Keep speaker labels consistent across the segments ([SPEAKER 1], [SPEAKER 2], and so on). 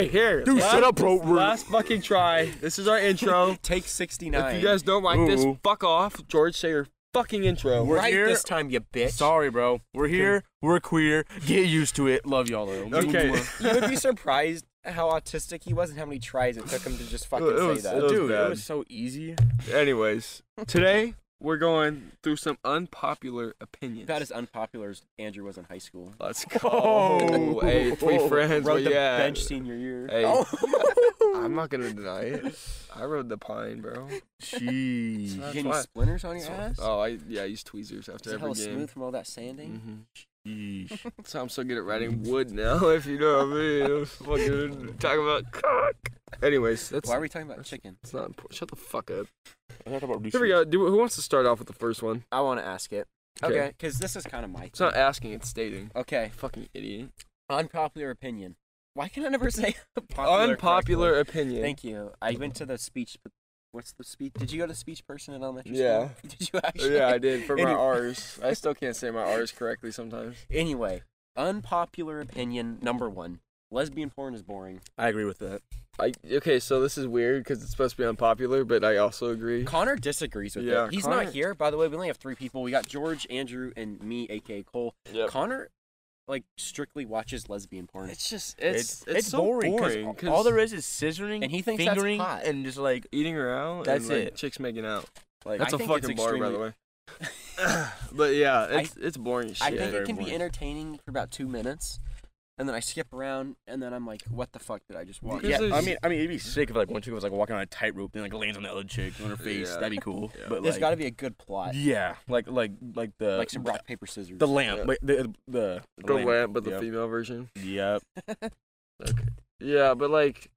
[SPEAKER 1] Here,
[SPEAKER 2] Dude,
[SPEAKER 1] last-
[SPEAKER 2] shut up, bro. We're-
[SPEAKER 1] Last fucking try. This is our intro.
[SPEAKER 3] Take
[SPEAKER 1] if
[SPEAKER 3] 69.
[SPEAKER 1] you guys don't like this,
[SPEAKER 2] Ooh.
[SPEAKER 1] fuck off. George, say your fucking intro.
[SPEAKER 3] We're
[SPEAKER 2] Right
[SPEAKER 3] here.
[SPEAKER 2] this
[SPEAKER 3] this time, you bitch.
[SPEAKER 2] Sorry, bro. We're here. We're queer. Get used to it. Love y'all, though.
[SPEAKER 1] Okay.
[SPEAKER 3] You would be surprised how autistic he was and how many tries it took him to just fucking
[SPEAKER 1] It
[SPEAKER 3] say
[SPEAKER 1] was-
[SPEAKER 3] that.
[SPEAKER 1] it was
[SPEAKER 2] Dude,
[SPEAKER 1] bad.
[SPEAKER 2] it was so easy.
[SPEAKER 1] Anyways, today we're going through some unpopular opinions.
[SPEAKER 3] About as unpopular as Andrew was in high school.
[SPEAKER 1] Let's go. Oh, hey, three friends.
[SPEAKER 3] Oh.
[SPEAKER 1] but
[SPEAKER 3] Rode the
[SPEAKER 1] yeah.
[SPEAKER 3] bench senior year. Oh.
[SPEAKER 1] Hey, I'm not gonna deny it. I rode the pine, bro.
[SPEAKER 2] Jeez.
[SPEAKER 1] That's
[SPEAKER 3] Getting
[SPEAKER 1] why-
[SPEAKER 3] splinters on your ass?
[SPEAKER 1] Oh, I yeah, I use tweezers
[SPEAKER 3] Is
[SPEAKER 1] after
[SPEAKER 3] it
[SPEAKER 1] every
[SPEAKER 3] hella
[SPEAKER 1] game. Mm-hmm.
[SPEAKER 3] smooth from all that sanding?
[SPEAKER 2] Jeez.
[SPEAKER 1] That's how I'm so good at writing wood now, if you know what I mean. I'm fucking talking about cock. Anyways, that's,
[SPEAKER 3] Why are we talking about chicken?
[SPEAKER 1] that's not important. Shut the fuck up.
[SPEAKER 2] I thought about
[SPEAKER 1] Here we go. Do, who wants to start off with the first one?
[SPEAKER 3] I want to ask it.
[SPEAKER 1] Okay.
[SPEAKER 3] Okay, because this is kind of my
[SPEAKER 1] It's
[SPEAKER 3] thing.
[SPEAKER 1] not asking, it's stating.
[SPEAKER 3] Okay,
[SPEAKER 1] Fucking idiot.
[SPEAKER 3] unpopular opinion. Why can I never say
[SPEAKER 1] Unpopular
[SPEAKER 3] correctly?
[SPEAKER 1] opinion.
[SPEAKER 3] Thank you. I went to the speech. What's the speech? Did you go to speech person in elementary
[SPEAKER 1] Yeah.
[SPEAKER 3] school? Did you actually?
[SPEAKER 1] Oh, Yeah, I did. For my
[SPEAKER 3] Any-
[SPEAKER 1] R's. I still can't say my R's correctly sometimes.
[SPEAKER 3] Anyway, unpopular opinion number one: lesbian porn is boring.
[SPEAKER 2] I agree with that.
[SPEAKER 1] I Okay, so this is weird because it's supposed to be unpopular, but I also agree.
[SPEAKER 3] Connor disagrees with
[SPEAKER 1] Yeah,
[SPEAKER 3] it. He's
[SPEAKER 1] Connor-
[SPEAKER 3] not here, by the way. We only have three people. We got George, Andrew, and me, aka Cole.
[SPEAKER 1] Yep.
[SPEAKER 3] Connor, like, strictly watches lesbian porn,
[SPEAKER 1] It's just,
[SPEAKER 2] It's, it's, boring. 'cause all there is is scissoring
[SPEAKER 3] And he thinks that's
[SPEAKER 2] fingering
[SPEAKER 3] hot.
[SPEAKER 2] and just like
[SPEAKER 1] eating her out.
[SPEAKER 2] That's
[SPEAKER 1] and, like,
[SPEAKER 2] it.
[SPEAKER 1] Chicks making out.
[SPEAKER 3] Like,
[SPEAKER 1] That's
[SPEAKER 3] I
[SPEAKER 1] a
[SPEAKER 3] think it's
[SPEAKER 1] fucking bar, by the
[SPEAKER 3] extremely-
[SPEAKER 1] way. but yeah, it's it's boring as shit.
[SPEAKER 3] I think it
[SPEAKER 2] very
[SPEAKER 3] can be
[SPEAKER 2] boring.
[SPEAKER 3] entertaining for about two minutes, and then I skip around, and then I'm like, "What the fuck did I just watch?"
[SPEAKER 1] Because
[SPEAKER 2] yeah, I
[SPEAKER 1] there's-
[SPEAKER 2] mean, I mean, it'd be sick if like one chick was like walking on a tightrope and like lands on the other chick on her face.
[SPEAKER 1] Yeah.
[SPEAKER 2] That'd be cool.
[SPEAKER 1] Yeah.
[SPEAKER 2] But
[SPEAKER 3] There's
[SPEAKER 2] like,
[SPEAKER 3] got to be a good plot,
[SPEAKER 2] yeah, like like like the
[SPEAKER 3] like some rock paper scissors.
[SPEAKER 2] the lamp,
[SPEAKER 1] Yeah.
[SPEAKER 2] like the the
[SPEAKER 1] the lamp, but the
[SPEAKER 2] Yep.
[SPEAKER 1] female version.
[SPEAKER 2] Yep.
[SPEAKER 1] Okay. Yeah, but like,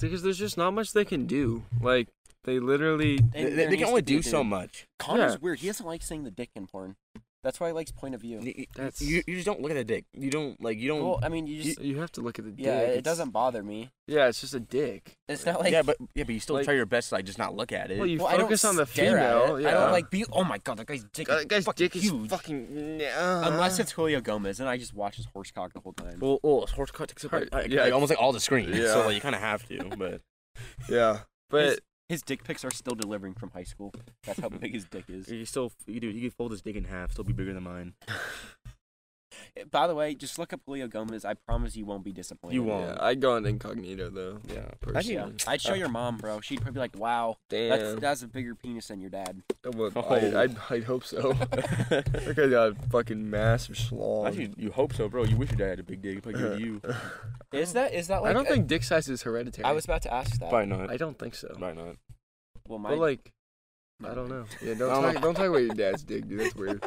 [SPEAKER 1] because there's just not much they can do. Like they literally.
[SPEAKER 3] And
[SPEAKER 2] They, they
[SPEAKER 3] there
[SPEAKER 2] can
[SPEAKER 3] needs
[SPEAKER 2] only
[SPEAKER 3] to be a
[SPEAKER 2] do so
[SPEAKER 3] dude.
[SPEAKER 2] much.
[SPEAKER 3] Connor's
[SPEAKER 1] Yeah.
[SPEAKER 3] weird. He doesn't like seeing the dick in porn. That's why he likes point of view.
[SPEAKER 2] You,
[SPEAKER 1] That's-
[SPEAKER 2] you, you just don't look at the dick. You don't like you don't.
[SPEAKER 3] Well, I mean, you just
[SPEAKER 1] You have to look at the dick.
[SPEAKER 3] yeah, it
[SPEAKER 1] it's-
[SPEAKER 3] doesn't bother me.
[SPEAKER 1] Yeah, it's just a dick.
[SPEAKER 3] It's not like
[SPEAKER 2] yeah, but yeah, but you still
[SPEAKER 1] like-
[SPEAKER 2] try your best to like just not look at it.
[SPEAKER 1] Well, you
[SPEAKER 3] well, I don't
[SPEAKER 1] focus on the
[SPEAKER 3] stare at
[SPEAKER 1] female.
[SPEAKER 3] it.
[SPEAKER 1] Yeah.
[SPEAKER 3] I don't like be. Oh my god, that guy's dick.
[SPEAKER 1] God,
[SPEAKER 3] Is
[SPEAKER 1] that guy's
[SPEAKER 3] fucking
[SPEAKER 1] dick is
[SPEAKER 3] huge.
[SPEAKER 1] fucking.
[SPEAKER 3] Unless it's Julio Gomez, and I just watch his horse cock the whole time.
[SPEAKER 2] well, well it's horse cut takes up like,
[SPEAKER 1] Right,
[SPEAKER 2] like-
[SPEAKER 1] yeah.
[SPEAKER 2] like, almost like all the screen.
[SPEAKER 1] Yeah.
[SPEAKER 2] So like you kind of have to, but
[SPEAKER 1] yeah, but
[SPEAKER 3] his, his dick pics are still delivering from high school. That's how big his dick is.
[SPEAKER 2] you still you dude you can fold his dick in half, still be bigger than mine.
[SPEAKER 3] Eh, By the way, just look up Julio Gomez. I promise you won't be disappointed.
[SPEAKER 2] You won't.
[SPEAKER 1] yeah, I'd go on incognito though.
[SPEAKER 2] Yeah.
[SPEAKER 1] Personally. Oh,
[SPEAKER 3] Yeah. I'd show your mom, bro. She'd probably be like, "Wow, that's
[SPEAKER 1] Damn.
[SPEAKER 3] that's a bigger penis than your dad."
[SPEAKER 1] Well,
[SPEAKER 2] Oh.
[SPEAKER 1] I, I'd, I'd hope so. that guy got a fucking massive schlong.
[SPEAKER 2] Actually, you hope so, bro. You wish your dad had a big dick. Like
[SPEAKER 1] Uh,
[SPEAKER 2] you.
[SPEAKER 3] Is that is that like?
[SPEAKER 1] I don't
[SPEAKER 3] a-
[SPEAKER 1] think dick size is hereditary.
[SPEAKER 3] I was about to ask that.
[SPEAKER 2] Probably not.
[SPEAKER 1] I don't think so.
[SPEAKER 2] Probably not.
[SPEAKER 3] Well, my
[SPEAKER 1] But like, I don't know. Yeah, don't talk, don't talk about your dad's dick, dude. That's weird.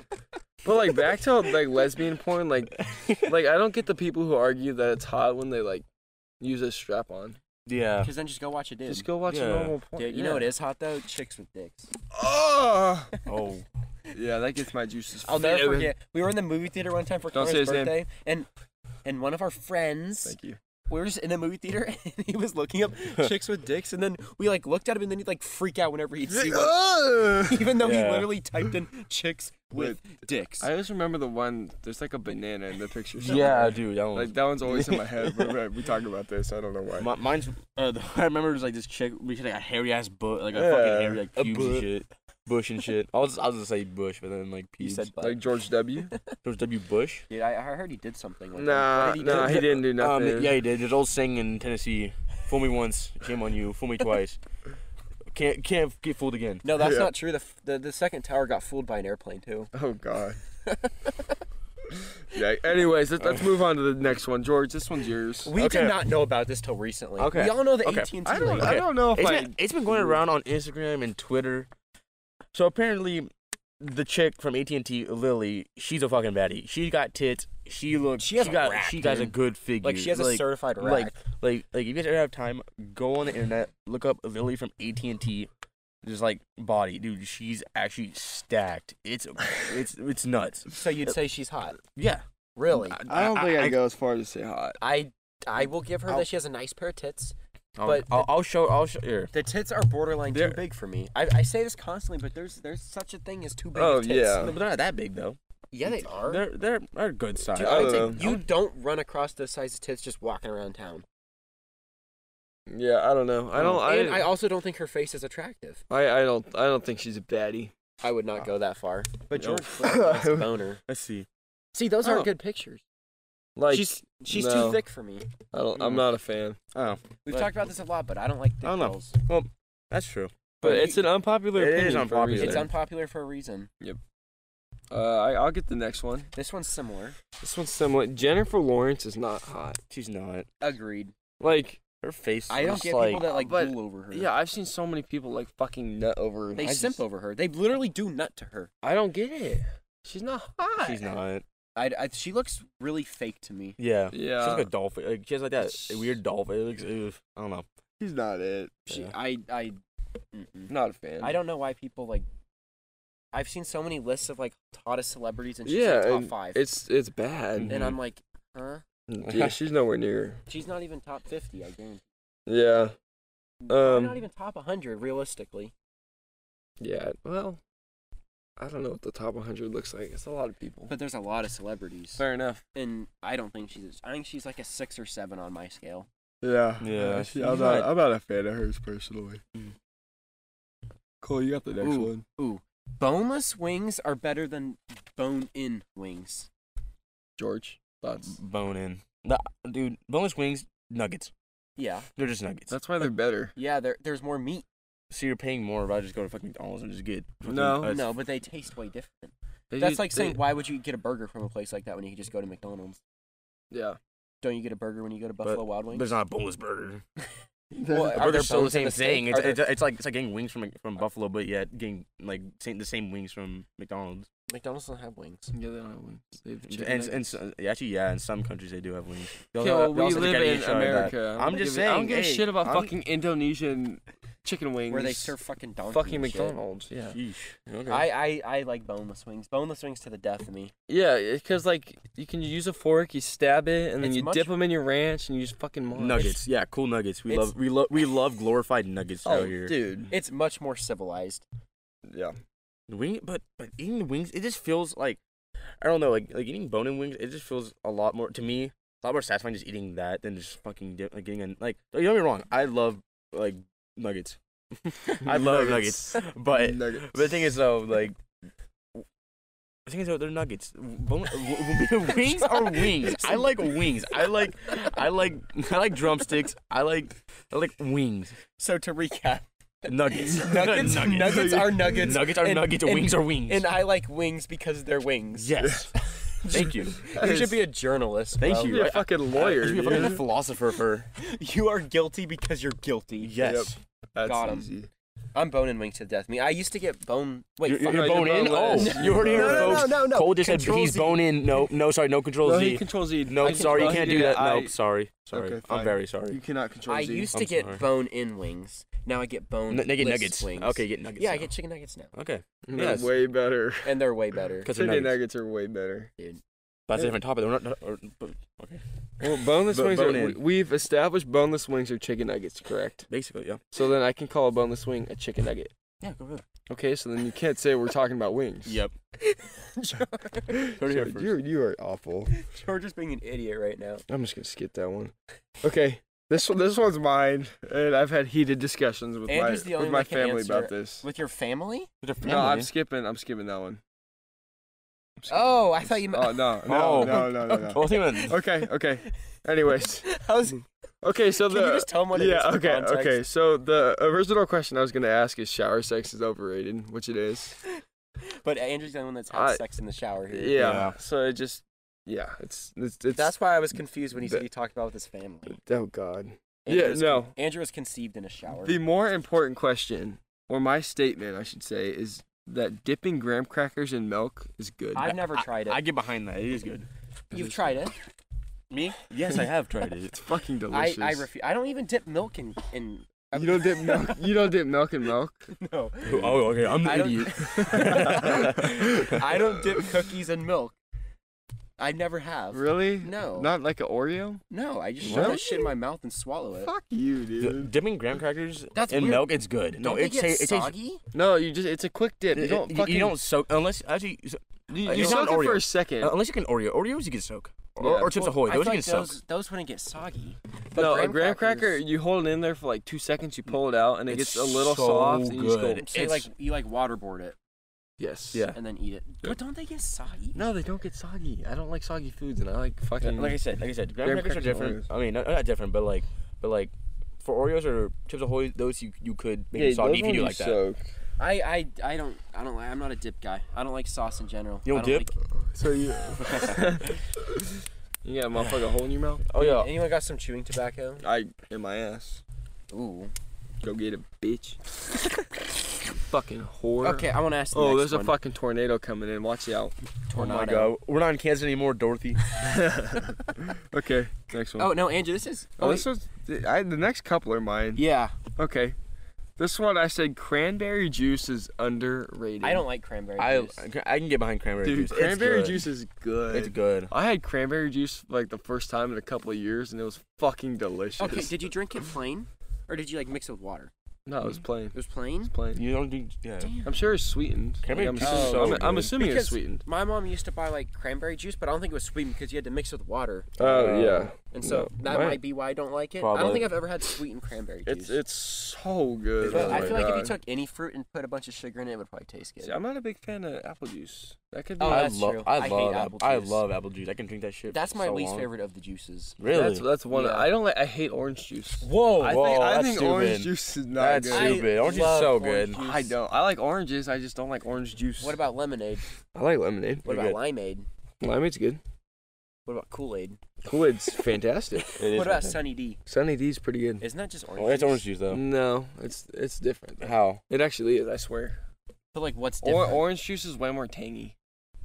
[SPEAKER 1] But like back to like lesbian porn, like like I don't get the people who argue that it's hot when they like use a strap on.
[SPEAKER 2] Yeah.
[SPEAKER 3] Because then just go watch a dude.
[SPEAKER 1] Just go watch a
[SPEAKER 2] Yeah.
[SPEAKER 1] normal porn.
[SPEAKER 3] Dude, you know what is hot though? Chicks with dicks.
[SPEAKER 1] Oh.
[SPEAKER 2] Oh.
[SPEAKER 1] Yeah, that gets my juices.
[SPEAKER 3] I'll never
[SPEAKER 1] flowing.
[SPEAKER 3] forget. We were in the movie theater one time for
[SPEAKER 1] Don't
[SPEAKER 3] Connor's
[SPEAKER 1] say his name.
[SPEAKER 3] birthday, and and one of our friends.
[SPEAKER 1] Thank you.
[SPEAKER 3] we were just in the movie theater, and he was looking up chicks with dicks, and then we like looked at him, and then he'd like freak out whenever he'd see one.
[SPEAKER 1] Ugh.
[SPEAKER 3] Even though he
[SPEAKER 2] Yeah.
[SPEAKER 3] literally typed in chicks with dicks.
[SPEAKER 1] I always remember the one. There's like a banana in the picture.
[SPEAKER 2] Yeah,
[SPEAKER 1] somewhere.
[SPEAKER 2] dude. That one.
[SPEAKER 1] Like that one's always in my head. but We talk about this. I don't know why.
[SPEAKER 2] Mi- mine's. Uh, the, I remember it was like this chick. We had like a hairy ass butt, like a
[SPEAKER 1] Yeah.
[SPEAKER 2] fucking hairy like
[SPEAKER 1] A
[SPEAKER 2] pubes and
[SPEAKER 1] butt.
[SPEAKER 2] shit, bush and shit. I was I was gonna say bush, but then like pubes.
[SPEAKER 3] said butt.
[SPEAKER 1] Like George W.
[SPEAKER 2] There was W Bush.
[SPEAKER 3] Dude, I, I heard he did something. Like
[SPEAKER 1] Nah,
[SPEAKER 3] that.
[SPEAKER 1] nah, he didn't do
[SPEAKER 2] Um,
[SPEAKER 1] nothing.
[SPEAKER 2] yeah, he did. There's old saying in Tennessee: "Fool me once, shame on you. Fool me twice, can't can't get fooled again."
[SPEAKER 3] No, that's
[SPEAKER 1] Yeah.
[SPEAKER 3] not true. The, f- the the second tower got fooled by an airplane too.
[SPEAKER 1] Oh God. yeah. Anyways, let's, let's move on to the next one, George. This one's yours.
[SPEAKER 3] We
[SPEAKER 2] Okay.
[SPEAKER 3] did not know about this till recently.
[SPEAKER 2] Okay.
[SPEAKER 3] We all know the
[SPEAKER 2] Okay.
[SPEAKER 3] AT&T
[SPEAKER 1] I don't.
[SPEAKER 3] lady.
[SPEAKER 1] I don't know if
[SPEAKER 2] It's
[SPEAKER 1] I.
[SPEAKER 2] been, it's been going around on Instagram and Twitter. So apparently, the chick from AT and T, Lily, she's a fucking baddie. She got tits. She looks.
[SPEAKER 3] She has a
[SPEAKER 2] got.
[SPEAKER 3] rack,
[SPEAKER 2] she got a
[SPEAKER 3] dude.
[SPEAKER 2] good figure.
[SPEAKER 3] Like she has a certified rack.
[SPEAKER 2] Like, like, like. If you guys ever have time, go on the internet, look up Lily from AT and T. Just like body, dude. She's actually stacked. It's it's it's nuts.
[SPEAKER 3] so you'd say she's hot.
[SPEAKER 2] Yeah.
[SPEAKER 3] Really?
[SPEAKER 1] I don't think I, go as far as to say hot.
[SPEAKER 3] I I will give her
[SPEAKER 2] I'll-
[SPEAKER 3] that she has a nice pair of tits.
[SPEAKER 2] I'll,
[SPEAKER 3] but-
[SPEAKER 2] I'll, I'll show. I'll show. Here.
[SPEAKER 3] The tits are borderline
[SPEAKER 1] They're-
[SPEAKER 3] too big for me. I, I say this constantly, but there's there's such a thing as too big
[SPEAKER 1] Oh,
[SPEAKER 3] of tits.
[SPEAKER 1] yeah.
[SPEAKER 2] But they're not that big though.
[SPEAKER 3] Yeah, they are.
[SPEAKER 2] They're they're, they're good size.
[SPEAKER 3] Dude,
[SPEAKER 1] I
[SPEAKER 3] I
[SPEAKER 1] don't
[SPEAKER 3] think
[SPEAKER 1] know.
[SPEAKER 3] you don't run across those size of tits just walking around town.
[SPEAKER 1] Yeah, I don't know. I don't.
[SPEAKER 3] and I
[SPEAKER 1] I,
[SPEAKER 3] also don't think her face is attractive.
[SPEAKER 1] I. I don't. I don't think she's a baddie.
[SPEAKER 3] I would not go that far.
[SPEAKER 2] But
[SPEAKER 1] Nope.
[SPEAKER 2] George,
[SPEAKER 3] That's a boner.
[SPEAKER 2] let's see.
[SPEAKER 3] See, those
[SPEAKER 1] Oh.
[SPEAKER 3] aren't good pictures.
[SPEAKER 1] Like
[SPEAKER 3] she's she's
[SPEAKER 1] no.
[SPEAKER 3] too thick for me.
[SPEAKER 1] I don't. I'm not a fan.
[SPEAKER 2] Oh,
[SPEAKER 3] We've
[SPEAKER 2] But-
[SPEAKER 3] talked about this a lot, but I don't like thick
[SPEAKER 2] I don't know.
[SPEAKER 3] girls.
[SPEAKER 2] that's true.
[SPEAKER 1] But
[SPEAKER 3] But
[SPEAKER 1] it's an unpopular
[SPEAKER 2] It is
[SPEAKER 1] opinion. for a
[SPEAKER 2] unpopular.
[SPEAKER 1] reason.
[SPEAKER 3] It's unpopular for a reason.
[SPEAKER 1] uh, I, I'll get the next one.
[SPEAKER 3] This one's similar.
[SPEAKER 1] This one's somewhat. Jennifer Lawrence is not hot.
[SPEAKER 2] She's not.
[SPEAKER 3] Agreed.
[SPEAKER 1] Like,
[SPEAKER 2] Her face.
[SPEAKER 3] I don't
[SPEAKER 2] is
[SPEAKER 3] get
[SPEAKER 2] like,
[SPEAKER 3] people that like
[SPEAKER 1] but-
[SPEAKER 3] drool over her.
[SPEAKER 1] yeah, I've seen so many people like fucking nut over.
[SPEAKER 3] They
[SPEAKER 1] I
[SPEAKER 3] simp
[SPEAKER 1] just-
[SPEAKER 3] over her. They literally do nut to her.
[SPEAKER 1] I don't get it. She's not hot.
[SPEAKER 2] She's not.
[SPEAKER 3] I, I, she looks really fake to me.
[SPEAKER 2] Yeah.
[SPEAKER 1] Yeah.
[SPEAKER 2] She's like a dolphin. Like, she has like that
[SPEAKER 1] It's-
[SPEAKER 2] weird dolphin. It looks. oof. I don't know.
[SPEAKER 1] She's not it.
[SPEAKER 3] She,
[SPEAKER 2] Yeah.
[SPEAKER 3] I, I, mm-mm.
[SPEAKER 1] Not a fan.
[SPEAKER 3] I don't know why people like. I've seen so many lists of like hottest celebrities, and she's
[SPEAKER 1] yeah,
[SPEAKER 3] like top
[SPEAKER 1] and
[SPEAKER 3] five, Mm-hmm.
[SPEAKER 1] it's it's bad.
[SPEAKER 3] and I'm like, huh?
[SPEAKER 1] yeah, she's nowhere near.
[SPEAKER 3] She's not even top fifty. I guarantee.
[SPEAKER 1] Yeah.
[SPEAKER 3] Probably
[SPEAKER 1] Um,
[SPEAKER 3] not even top hundred, realistically.
[SPEAKER 1] Yeah. Well, I don't know what the top 100 looks like. It's a lot of people.
[SPEAKER 3] But there's a lot of celebrities,
[SPEAKER 1] Fair enough.
[SPEAKER 3] and I don't think she's. I think she's like a six or seven on my scale.
[SPEAKER 1] Yeah.
[SPEAKER 2] Yeah, she-
[SPEAKER 1] I'm
[SPEAKER 2] I'm
[SPEAKER 1] not.
[SPEAKER 2] not-
[SPEAKER 1] I'm not a fan of hers personally.
[SPEAKER 3] Mm.
[SPEAKER 1] Cole, you got the next
[SPEAKER 3] Ooh.
[SPEAKER 1] one.
[SPEAKER 3] Ooh, boneless wings are better than bone-in wings.
[SPEAKER 1] George,
[SPEAKER 3] Mm.
[SPEAKER 1] thoughts?
[SPEAKER 2] Bone in. Nah, dude, boneless wings, nuggets.
[SPEAKER 3] Yeah,
[SPEAKER 2] They're just nuggets.
[SPEAKER 1] That's why they're better.
[SPEAKER 3] yeah. There, there's more meat.
[SPEAKER 2] so you're paying more if I just go to fucking McDonald's and just get. fucking-
[SPEAKER 1] No.
[SPEAKER 2] uh,
[SPEAKER 3] no, but they taste way different.
[SPEAKER 1] They
[SPEAKER 3] That's
[SPEAKER 1] just-
[SPEAKER 3] like saying,
[SPEAKER 1] they-
[SPEAKER 3] why would you get a burger from a place like that when you could just go to McDonald's?
[SPEAKER 1] Yeah.
[SPEAKER 3] Don't you get a burger when you go to Buffalo Wild
[SPEAKER 2] But
[SPEAKER 3] Wings?
[SPEAKER 2] it's not a boneless burger.
[SPEAKER 3] Well,
[SPEAKER 2] A
[SPEAKER 3] are there
[SPEAKER 2] burger's still the
[SPEAKER 3] bones in
[SPEAKER 2] same
[SPEAKER 3] the steak?
[SPEAKER 2] thing. It's,
[SPEAKER 3] Are
[SPEAKER 2] it's,
[SPEAKER 3] there-
[SPEAKER 2] it's like it's like getting wings from from Buffalo, but yet getting like same, the same wings from McDonald's.
[SPEAKER 3] McDonald's doesn't have wings.
[SPEAKER 1] Yeah, they don't have wings. They have chicken
[SPEAKER 2] And, and
[SPEAKER 1] nuggets.
[SPEAKER 2] so, actually, yeah, in some countries they do have wings. They
[SPEAKER 1] Okay,
[SPEAKER 2] also-
[SPEAKER 1] well,
[SPEAKER 2] they
[SPEAKER 1] we
[SPEAKER 2] also
[SPEAKER 1] live
[SPEAKER 2] Japanese
[SPEAKER 1] in
[SPEAKER 2] try that.
[SPEAKER 1] America. I
[SPEAKER 2] I'm
[SPEAKER 1] don't
[SPEAKER 2] just
[SPEAKER 1] give a- I don't
[SPEAKER 2] saying,
[SPEAKER 1] give a
[SPEAKER 2] hey,
[SPEAKER 1] shit about
[SPEAKER 2] I'm-
[SPEAKER 1] fucking Indonesian chicken wings.
[SPEAKER 3] Where they serve fucking donkey.
[SPEAKER 1] fucking
[SPEAKER 3] and shit.
[SPEAKER 1] McDonald's. Yeah.
[SPEAKER 2] Yeesh. Okay.
[SPEAKER 3] I, I, I like boneless wings. Boneless wings to the death of me.
[SPEAKER 1] Yeah, because like you can use a fork, you stab it, and then
[SPEAKER 3] It's
[SPEAKER 1] you
[SPEAKER 3] much-
[SPEAKER 1] dip them in your ranch, and you just fucking munch.
[SPEAKER 2] nuggets. Yeah, cool nuggets. We
[SPEAKER 3] it's-
[SPEAKER 2] love we love we love glorified nuggets
[SPEAKER 1] Oh,
[SPEAKER 2] out here.
[SPEAKER 1] dude.
[SPEAKER 3] It's much more civilized.
[SPEAKER 1] Yeah.
[SPEAKER 2] Wing, but but eating the wings, it just feels like I don't know, like like eating bone and wings. It just feels a lot more to me, a lot more satisfying just eating that than just fucking dip, like getting a like. Don't get me wrong, I love like nuggets. I love nuggets, but
[SPEAKER 1] Nuggets.
[SPEAKER 2] but the thing is though, like. The thing is, though, they're nuggets. Bone, w- w- wings are wings. I like wings. I like, I like, I like drumsticks. I like, I like wings.
[SPEAKER 3] So to recap,
[SPEAKER 2] Nuggets.
[SPEAKER 3] Nuggets- nuggets are nuggets,
[SPEAKER 2] Nuggets are
[SPEAKER 3] and-
[SPEAKER 2] nuggets.
[SPEAKER 3] and-
[SPEAKER 2] wings are wings.
[SPEAKER 3] and I like wings because they're wings.
[SPEAKER 2] yes. Thank you.
[SPEAKER 3] You should be a journalist.
[SPEAKER 2] Thank
[SPEAKER 3] bro.
[SPEAKER 2] you.
[SPEAKER 1] You're a fucking lawyer.
[SPEAKER 2] I should be a
[SPEAKER 1] dude.
[SPEAKER 2] fucking philosopher for.
[SPEAKER 3] You are guilty because you're guilty.
[SPEAKER 2] Yes.
[SPEAKER 1] That's
[SPEAKER 3] Got 'em.
[SPEAKER 1] easy.
[SPEAKER 3] I'm bone and wings to the death of me. I used to get bone. Wait,
[SPEAKER 2] You're,
[SPEAKER 3] fuck.
[SPEAKER 1] No,
[SPEAKER 2] you're
[SPEAKER 1] you're
[SPEAKER 2] bone in?
[SPEAKER 1] boneless.
[SPEAKER 2] Oh, you heard it here,
[SPEAKER 1] No, no,
[SPEAKER 2] folks.
[SPEAKER 3] no, no, no.
[SPEAKER 2] Cole just said
[SPEAKER 3] Control
[SPEAKER 2] he's
[SPEAKER 3] Z.
[SPEAKER 2] bone in. No, no, sorry, no control
[SPEAKER 1] No, he
[SPEAKER 2] Z.
[SPEAKER 1] controls E. Z.
[SPEAKER 2] No,
[SPEAKER 1] I
[SPEAKER 2] sorry, you
[SPEAKER 1] control-
[SPEAKER 2] can't
[SPEAKER 1] he
[SPEAKER 2] do
[SPEAKER 1] did
[SPEAKER 2] that.
[SPEAKER 1] it.
[SPEAKER 2] No,
[SPEAKER 1] I-
[SPEAKER 2] sorry, sorry.
[SPEAKER 1] Okay,
[SPEAKER 2] I'm
[SPEAKER 1] fine.
[SPEAKER 2] very sorry.
[SPEAKER 1] cannot control
[SPEAKER 3] I used to
[SPEAKER 2] I'm
[SPEAKER 3] get
[SPEAKER 2] sorry.
[SPEAKER 3] bone in wings. Now I get bone.
[SPEAKER 2] N- they get
[SPEAKER 3] less
[SPEAKER 2] nuggets.
[SPEAKER 3] Wings.
[SPEAKER 2] Okay, get nuggets.
[SPEAKER 3] Yeah, I
[SPEAKER 2] now.
[SPEAKER 3] get chicken nuggets now,
[SPEAKER 2] Okay,
[SPEAKER 1] They're
[SPEAKER 2] Yes.
[SPEAKER 1] way better.
[SPEAKER 3] and they're way better.
[SPEAKER 2] because
[SPEAKER 1] Chicken nuggets.
[SPEAKER 2] nuggets.
[SPEAKER 1] are way better.
[SPEAKER 3] Dude.
[SPEAKER 2] That's a different topic. They're not. not- or- but- okay.
[SPEAKER 1] Well, boneless
[SPEAKER 2] But
[SPEAKER 1] wings
[SPEAKER 2] bone
[SPEAKER 1] are.
[SPEAKER 2] in.
[SPEAKER 1] we- We've established boneless wings are chicken nuggets, correct?
[SPEAKER 2] Basically, yeah.
[SPEAKER 1] So then I can call a boneless wing a chicken nugget.
[SPEAKER 2] Yeah, go ahead.
[SPEAKER 1] Okay, so then you can't say we're talking about wings.
[SPEAKER 2] Yep.
[SPEAKER 1] So
[SPEAKER 2] Heard it here first.
[SPEAKER 1] you you are awful.
[SPEAKER 3] George is being an idiot right now.
[SPEAKER 1] I'm just gonna skip that one. Okay, this one this one's mine, and I've had heated discussions with
[SPEAKER 3] Andrew's the
[SPEAKER 1] my
[SPEAKER 3] only
[SPEAKER 1] with my
[SPEAKER 3] one that can
[SPEAKER 1] family about
[SPEAKER 3] answer
[SPEAKER 1] this.
[SPEAKER 3] With your family?
[SPEAKER 1] No, I'm skipping. I'm skipping that one. I'm skipping
[SPEAKER 3] Oh,
[SPEAKER 1] that
[SPEAKER 3] I
[SPEAKER 1] one.
[SPEAKER 3] thought you meant-
[SPEAKER 1] Oh no, no,
[SPEAKER 2] Oh.
[SPEAKER 1] no, no, no, no.
[SPEAKER 2] Well, think about it.
[SPEAKER 1] Oh, Okay, okay. Anyways,
[SPEAKER 3] How's, can
[SPEAKER 1] okay. So the
[SPEAKER 3] you just tell him what it is?
[SPEAKER 1] yeah,
[SPEAKER 3] for
[SPEAKER 1] okay,
[SPEAKER 3] context?
[SPEAKER 1] okay. So the original question I was gonna ask is shower sex is overrated, which it is.
[SPEAKER 3] But Andrew's the only one that's had
[SPEAKER 1] I-
[SPEAKER 3] sex in the shower
[SPEAKER 1] Yeah.
[SPEAKER 3] here.
[SPEAKER 2] Yeah.
[SPEAKER 1] So it just, yeah, it's it's. it's
[SPEAKER 3] That's why I was confused when he said
[SPEAKER 1] The-
[SPEAKER 3] he talked about with his family.
[SPEAKER 1] oh God.
[SPEAKER 3] Andrew
[SPEAKER 1] Yeah,
[SPEAKER 3] was
[SPEAKER 1] no.
[SPEAKER 3] con- Andrew was conceived in a shower.
[SPEAKER 1] The more important question, or my statement, I should say, is that dipping graham crackers in milk is good.
[SPEAKER 3] I've never tried it.
[SPEAKER 2] I get behind that. It is good.
[SPEAKER 3] You've tried it.
[SPEAKER 2] Me? Yes, I have tried it.
[SPEAKER 1] it's fucking
[SPEAKER 3] I,
[SPEAKER 1] delicious.
[SPEAKER 3] I refuse. I don't even dip milk in. in
[SPEAKER 1] You don't dip milk. You don't dip milk in milk.
[SPEAKER 3] no.
[SPEAKER 2] oh, okay. I'm the
[SPEAKER 3] I don't-
[SPEAKER 2] idiot.
[SPEAKER 3] I don't dip cookies in milk. I never have.
[SPEAKER 1] Really?
[SPEAKER 3] No.
[SPEAKER 1] Not like an Oreo.
[SPEAKER 3] No, I just shove
[SPEAKER 1] Really?
[SPEAKER 3] that shit in my mouth and swallow it.
[SPEAKER 1] Fuck you,
[SPEAKER 2] D-
[SPEAKER 1] dude.
[SPEAKER 2] dipping graham crackers
[SPEAKER 3] That's
[SPEAKER 2] in
[SPEAKER 3] weird.
[SPEAKER 2] milk, it's good. No,
[SPEAKER 3] Don't they
[SPEAKER 2] it,
[SPEAKER 3] get
[SPEAKER 2] ta- it tastes.
[SPEAKER 3] soggy.
[SPEAKER 1] No, you just. It's a quick dip. You
[SPEAKER 2] it-
[SPEAKER 1] don't
[SPEAKER 2] you-
[SPEAKER 1] fucking.
[SPEAKER 2] you don't soak unless actually. You,
[SPEAKER 1] You,
[SPEAKER 2] uh,
[SPEAKER 1] you
[SPEAKER 2] it's
[SPEAKER 1] soak
[SPEAKER 2] not
[SPEAKER 1] it
[SPEAKER 2] an
[SPEAKER 1] for
[SPEAKER 2] Oreo.
[SPEAKER 1] a second.
[SPEAKER 2] Uh, unless you can Oreo. Oreos you can soak. Or,
[SPEAKER 1] Yeah.
[SPEAKER 2] or Chips
[SPEAKER 3] Well,
[SPEAKER 2] Ahoy.
[SPEAKER 3] I
[SPEAKER 2] Those you
[SPEAKER 3] feel
[SPEAKER 2] can
[SPEAKER 3] like
[SPEAKER 2] suck.
[SPEAKER 3] those, those wouldn't get soggy. But
[SPEAKER 1] No, a
[SPEAKER 3] graham
[SPEAKER 1] graham cracker,
[SPEAKER 3] crackers,
[SPEAKER 1] you hold it in there for like two seconds, you pull it out, and it
[SPEAKER 2] It's
[SPEAKER 1] gets a little
[SPEAKER 2] so
[SPEAKER 1] soft, and you just go,
[SPEAKER 2] good.
[SPEAKER 3] Say like
[SPEAKER 2] it's-
[SPEAKER 3] you like waterboard it
[SPEAKER 1] yes.
[SPEAKER 2] Yeah.
[SPEAKER 3] and then eat it. But don't they get soggy?
[SPEAKER 1] No, Mm. they don't get soggy. I don't like soggy foods, and I like fucking.
[SPEAKER 2] Like I said, like I said, graham
[SPEAKER 1] Graham
[SPEAKER 2] crackers are
[SPEAKER 1] crackers are
[SPEAKER 2] different. I mean, not, not different, but like, but like, for Oreos or Chips Ahoy, those you you could maybe soggy if you do like that.
[SPEAKER 1] soak.
[SPEAKER 3] I, I I don't I don't like- I'm not a dip guy. I don't like sauce in general.
[SPEAKER 2] You don't
[SPEAKER 3] I
[SPEAKER 2] dip?
[SPEAKER 3] like-
[SPEAKER 1] So you. you got a motherfucking hole in your mouth?
[SPEAKER 2] Oh yeah.
[SPEAKER 3] Anyone got some chewing tobacco?
[SPEAKER 1] I in my ass.
[SPEAKER 3] Ooh.
[SPEAKER 1] Go get it, bitch. fucking whore.
[SPEAKER 3] Okay, I want to ask. The
[SPEAKER 1] Oh,
[SPEAKER 3] next
[SPEAKER 1] there's a
[SPEAKER 3] one.
[SPEAKER 1] fucking tornado coming in. Watch out.
[SPEAKER 3] tornado.
[SPEAKER 2] Oh my god, we're not in Kansas anymore, Dorothy.
[SPEAKER 1] Okay, next one.
[SPEAKER 3] Oh no, Andrew, this is.
[SPEAKER 1] Oh,
[SPEAKER 3] wait.
[SPEAKER 1] this was I, the next couple are mine.
[SPEAKER 3] Yeah,
[SPEAKER 1] Okay, this one I said cranberry juice is underrated.
[SPEAKER 3] I don't like cranberry
[SPEAKER 2] I
[SPEAKER 3] juice.
[SPEAKER 2] I can get behind cranberry
[SPEAKER 1] Dude,
[SPEAKER 2] juice. It's
[SPEAKER 1] cranberry
[SPEAKER 2] good.
[SPEAKER 1] juice is good.
[SPEAKER 2] It's good.
[SPEAKER 1] I had cranberry juice like the first time in a couple of years, and it was fucking delicious.
[SPEAKER 3] Okay, did you drink it plain, or did you like mix it with water?
[SPEAKER 1] no, it was plain.
[SPEAKER 3] It
[SPEAKER 1] It
[SPEAKER 3] was
[SPEAKER 1] was
[SPEAKER 3] plain.
[SPEAKER 1] plain.
[SPEAKER 2] You don't do yeah.
[SPEAKER 1] I'm sure it's sweetened.
[SPEAKER 2] Cranberry
[SPEAKER 1] I'm
[SPEAKER 2] juice is
[SPEAKER 1] assuming-
[SPEAKER 2] so
[SPEAKER 1] I'm, I'm
[SPEAKER 2] good.
[SPEAKER 1] assuming
[SPEAKER 3] Because
[SPEAKER 1] it's sweetened.
[SPEAKER 3] My mom used to buy like cranberry juice, but I don't think it was sweetened because you had to mix it with water,
[SPEAKER 1] Oh yeah,
[SPEAKER 3] and so
[SPEAKER 1] No,
[SPEAKER 3] that
[SPEAKER 1] mine-
[SPEAKER 3] might be why I don't like it. I don't
[SPEAKER 2] Probably.
[SPEAKER 3] think I've ever had sweetened cranberry juice.
[SPEAKER 1] it's it's so good. oh
[SPEAKER 3] But I
[SPEAKER 1] my
[SPEAKER 3] feel like if you
[SPEAKER 1] God.
[SPEAKER 3] took any fruit and put a bunch of sugar in it, it would probably taste good.
[SPEAKER 1] See, I'm not a big fan of apple juice. That could be.
[SPEAKER 3] Oh,
[SPEAKER 2] I
[SPEAKER 3] that's
[SPEAKER 2] love
[SPEAKER 3] true.
[SPEAKER 2] I,
[SPEAKER 3] I hate
[SPEAKER 2] love
[SPEAKER 3] apple
[SPEAKER 2] apple I
[SPEAKER 3] juice.
[SPEAKER 2] love apple juice. I can drink that shit.
[SPEAKER 3] That's my
[SPEAKER 2] so
[SPEAKER 3] least
[SPEAKER 2] long.
[SPEAKER 3] favorite of the juices.
[SPEAKER 2] Really?
[SPEAKER 1] That's that's one.
[SPEAKER 3] Yeah.
[SPEAKER 1] I don't like. I hate orange juice.
[SPEAKER 2] whoa,
[SPEAKER 1] I
[SPEAKER 2] whoa,
[SPEAKER 1] think, I
[SPEAKER 2] that's
[SPEAKER 1] think
[SPEAKER 2] stupid.
[SPEAKER 1] orange juice is not
[SPEAKER 2] That's
[SPEAKER 1] good.
[SPEAKER 2] stupid. Orange juice is
[SPEAKER 3] love
[SPEAKER 2] so
[SPEAKER 3] orange
[SPEAKER 2] good.
[SPEAKER 3] juice.
[SPEAKER 1] I don't. I like oranges. I just don't like orange juice.
[SPEAKER 3] What about lemonade?
[SPEAKER 1] I like lemonade.
[SPEAKER 3] What
[SPEAKER 2] Pretty
[SPEAKER 3] about limeade?
[SPEAKER 1] Lemonade's good.
[SPEAKER 3] What about Kool Aid?
[SPEAKER 1] Kool-Aid's fantastic.
[SPEAKER 2] It is
[SPEAKER 3] What about
[SPEAKER 2] good.
[SPEAKER 3] Sunny D?
[SPEAKER 1] Sunny D's pretty good.
[SPEAKER 3] Isn't that just orange?
[SPEAKER 2] Oh, it's
[SPEAKER 3] juice?
[SPEAKER 2] orange juice though.
[SPEAKER 1] No, it's it's different. though.
[SPEAKER 2] How?
[SPEAKER 1] It actually is. I swear.
[SPEAKER 3] But like, what's
[SPEAKER 1] Or,
[SPEAKER 3] different?
[SPEAKER 1] orange juice is way more tangy.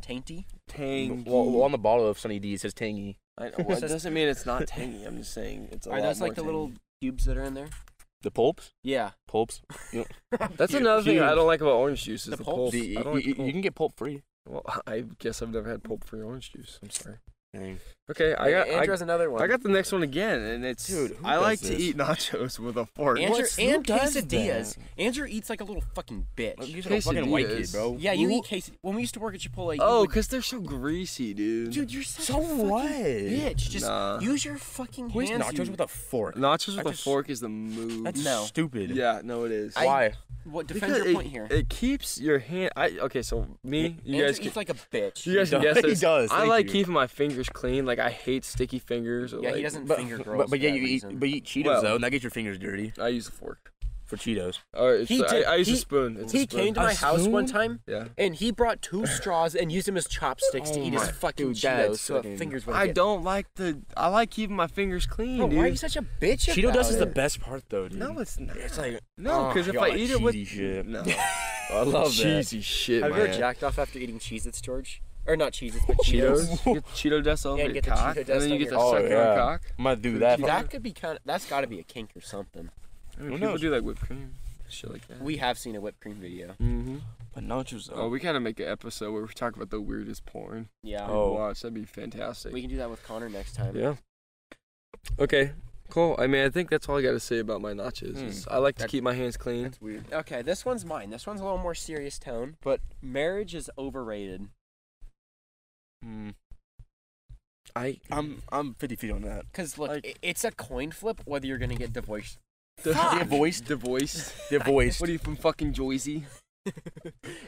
[SPEAKER 3] Tainty?
[SPEAKER 1] Tangy.
[SPEAKER 2] Well, well, on the bottle of Sunny D it says tangy.
[SPEAKER 1] I, well, it doesn't mean it's not tangy. I'm just saying it's a
[SPEAKER 3] Are
[SPEAKER 1] lot
[SPEAKER 3] those
[SPEAKER 1] more
[SPEAKER 3] like the
[SPEAKER 1] tangy.
[SPEAKER 3] little cubes that are in there?
[SPEAKER 2] The pulps?
[SPEAKER 3] Yeah.
[SPEAKER 2] Pulps.
[SPEAKER 1] That's
[SPEAKER 2] Huge.
[SPEAKER 1] another thing I don't like about orange juice is
[SPEAKER 3] The
[SPEAKER 1] the,
[SPEAKER 3] pulp?
[SPEAKER 1] pulp.
[SPEAKER 2] The-
[SPEAKER 1] I don't like
[SPEAKER 2] you,
[SPEAKER 1] pulp.
[SPEAKER 2] you can get pulp free.
[SPEAKER 1] Well, I guess I've never had pulp-free orange juice. I'm sorry.
[SPEAKER 2] Dang.
[SPEAKER 1] Okay, I got. I,
[SPEAKER 3] Andrew has another one.
[SPEAKER 1] I got the next one again, and it's
[SPEAKER 2] Dude, who
[SPEAKER 1] I
[SPEAKER 2] does
[SPEAKER 1] like to
[SPEAKER 2] this?
[SPEAKER 1] eat nachos with a fork.
[SPEAKER 3] Andrew
[SPEAKER 2] What's- who
[SPEAKER 3] and
[SPEAKER 2] does
[SPEAKER 3] quesadillas. Andrew eats like a little fucking bitch.
[SPEAKER 2] You're a fucking white kid,
[SPEAKER 1] Quesadillas.
[SPEAKER 2] bro.
[SPEAKER 3] Yeah, you
[SPEAKER 1] Who-
[SPEAKER 3] eat quesadillas. When we used to work at Chipotle, you
[SPEAKER 1] Oh,
[SPEAKER 3] would-
[SPEAKER 1] because they're so greasy, dude.
[SPEAKER 3] dude, you're such
[SPEAKER 2] So
[SPEAKER 3] a fucking
[SPEAKER 2] what?
[SPEAKER 3] bitch. Just
[SPEAKER 1] Nah.
[SPEAKER 3] use your fucking
[SPEAKER 2] Who eats
[SPEAKER 3] hands.
[SPEAKER 2] nachos
[SPEAKER 3] you-
[SPEAKER 2] with a fork?
[SPEAKER 1] nachos
[SPEAKER 2] I
[SPEAKER 1] with a
[SPEAKER 2] just-
[SPEAKER 1] fork is the move.
[SPEAKER 2] That's
[SPEAKER 3] No.
[SPEAKER 2] stupid.
[SPEAKER 1] yeah, no, it is.
[SPEAKER 2] Why?
[SPEAKER 3] What? Defend
[SPEAKER 1] Because
[SPEAKER 3] your
[SPEAKER 1] it,
[SPEAKER 3] point here.
[SPEAKER 1] It keeps your hand. I okay, so me, you
[SPEAKER 3] Andrew
[SPEAKER 1] guys,
[SPEAKER 3] eats
[SPEAKER 1] can,
[SPEAKER 3] like a bitch.
[SPEAKER 1] you guys can
[SPEAKER 2] He
[SPEAKER 1] guess
[SPEAKER 2] does- he
[SPEAKER 1] this.
[SPEAKER 2] does,
[SPEAKER 1] I
[SPEAKER 2] thank
[SPEAKER 1] like
[SPEAKER 2] you.
[SPEAKER 1] keeping my fingers clean. Like I hate sticky fingers. Or,
[SPEAKER 3] Yeah, he
[SPEAKER 1] like-
[SPEAKER 3] doesn't-
[SPEAKER 2] but,
[SPEAKER 3] Finger
[SPEAKER 2] but-
[SPEAKER 3] girls
[SPEAKER 2] but yeah,
[SPEAKER 3] for that
[SPEAKER 2] you eat
[SPEAKER 3] reason.
[SPEAKER 2] but you eat Cheetos
[SPEAKER 1] Well-
[SPEAKER 2] though, and that gets your fingers dirty
[SPEAKER 1] I use a fork.
[SPEAKER 2] for Cheetos.
[SPEAKER 1] Or it's,
[SPEAKER 3] He did-
[SPEAKER 1] I, I use
[SPEAKER 3] he-
[SPEAKER 1] a spoon. It's a
[SPEAKER 3] he
[SPEAKER 1] spoon.
[SPEAKER 3] came to
[SPEAKER 2] A
[SPEAKER 3] my house
[SPEAKER 2] spoon?
[SPEAKER 3] one time
[SPEAKER 1] yeah.
[SPEAKER 3] and he brought two straws and used them as chopsticks to
[SPEAKER 2] Oh
[SPEAKER 3] eat his
[SPEAKER 2] my
[SPEAKER 3] fucking
[SPEAKER 2] dude,
[SPEAKER 3] Cheetos
[SPEAKER 2] that's
[SPEAKER 3] so
[SPEAKER 2] fucking-
[SPEAKER 3] his fingers would
[SPEAKER 1] I don't like the. I like keeping my fingers clean,
[SPEAKER 3] Bro,
[SPEAKER 1] dude.
[SPEAKER 3] why are you such a bitch?
[SPEAKER 2] Cheeto
[SPEAKER 3] about
[SPEAKER 2] dust is the
[SPEAKER 3] it?
[SPEAKER 2] best part though, dude.
[SPEAKER 1] no, it's not.
[SPEAKER 2] it's like
[SPEAKER 1] No,
[SPEAKER 2] oh,
[SPEAKER 1] because if
[SPEAKER 2] God,
[SPEAKER 1] I eat it with
[SPEAKER 2] cheesy shit.
[SPEAKER 1] no,
[SPEAKER 2] I love
[SPEAKER 1] cheesy shit,
[SPEAKER 3] Have
[SPEAKER 1] man.
[SPEAKER 3] you ever jacked off after eating Cheez Its, George? Or not Cheez Its, but Cheetos?
[SPEAKER 1] Cheetos, you get Cheeto dust all
[SPEAKER 3] Yeah,
[SPEAKER 1] over
[SPEAKER 3] you
[SPEAKER 1] your
[SPEAKER 3] get the Cheeto
[SPEAKER 1] cock, and
[SPEAKER 3] dust
[SPEAKER 1] then you
[SPEAKER 3] on
[SPEAKER 1] get
[SPEAKER 3] your-
[SPEAKER 1] to
[SPEAKER 2] Oh,
[SPEAKER 1] suck your
[SPEAKER 2] yeah.
[SPEAKER 1] own cock.
[SPEAKER 2] that. I might do
[SPEAKER 1] Dude,
[SPEAKER 2] that.
[SPEAKER 3] Dude, that could be kind of, that's gotta be a kink or something.
[SPEAKER 1] I mean,
[SPEAKER 2] Who
[SPEAKER 1] people
[SPEAKER 2] knows?
[SPEAKER 1] do like whipped cream, shit like that.
[SPEAKER 3] We have seen a whipped cream video.
[SPEAKER 1] Mm-hmm.
[SPEAKER 2] But nachos though.
[SPEAKER 1] Oh, we gotta make an episode where we talk about the weirdest porn.
[SPEAKER 3] Yeah.
[SPEAKER 2] Oh.
[SPEAKER 1] Watch, that'd be fantastic.
[SPEAKER 3] We can do that with Connor next time.
[SPEAKER 1] yeah. Okay, cool. I mean, I think that's all I gotta say about my nachos.
[SPEAKER 2] Hmm.
[SPEAKER 1] is I like to
[SPEAKER 2] That-
[SPEAKER 1] keep my hands clean.
[SPEAKER 2] That's weird.
[SPEAKER 3] Okay, this one's mine. This one's a little more serious tone, but marriage is overrated.
[SPEAKER 2] Mm,
[SPEAKER 1] I
[SPEAKER 2] I'm I'm 50 feet on that.
[SPEAKER 3] Cause look,
[SPEAKER 1] Like-
[SPEAKER 3] i- it's a coin flip whether you're gonna get divorced.
[SPEAKER 2] Divorced.
[SPEAKER 1] divorced.
[SPEAKER 2] Divorced.
[SPEAKER 1] what are you from fucking Joyzy?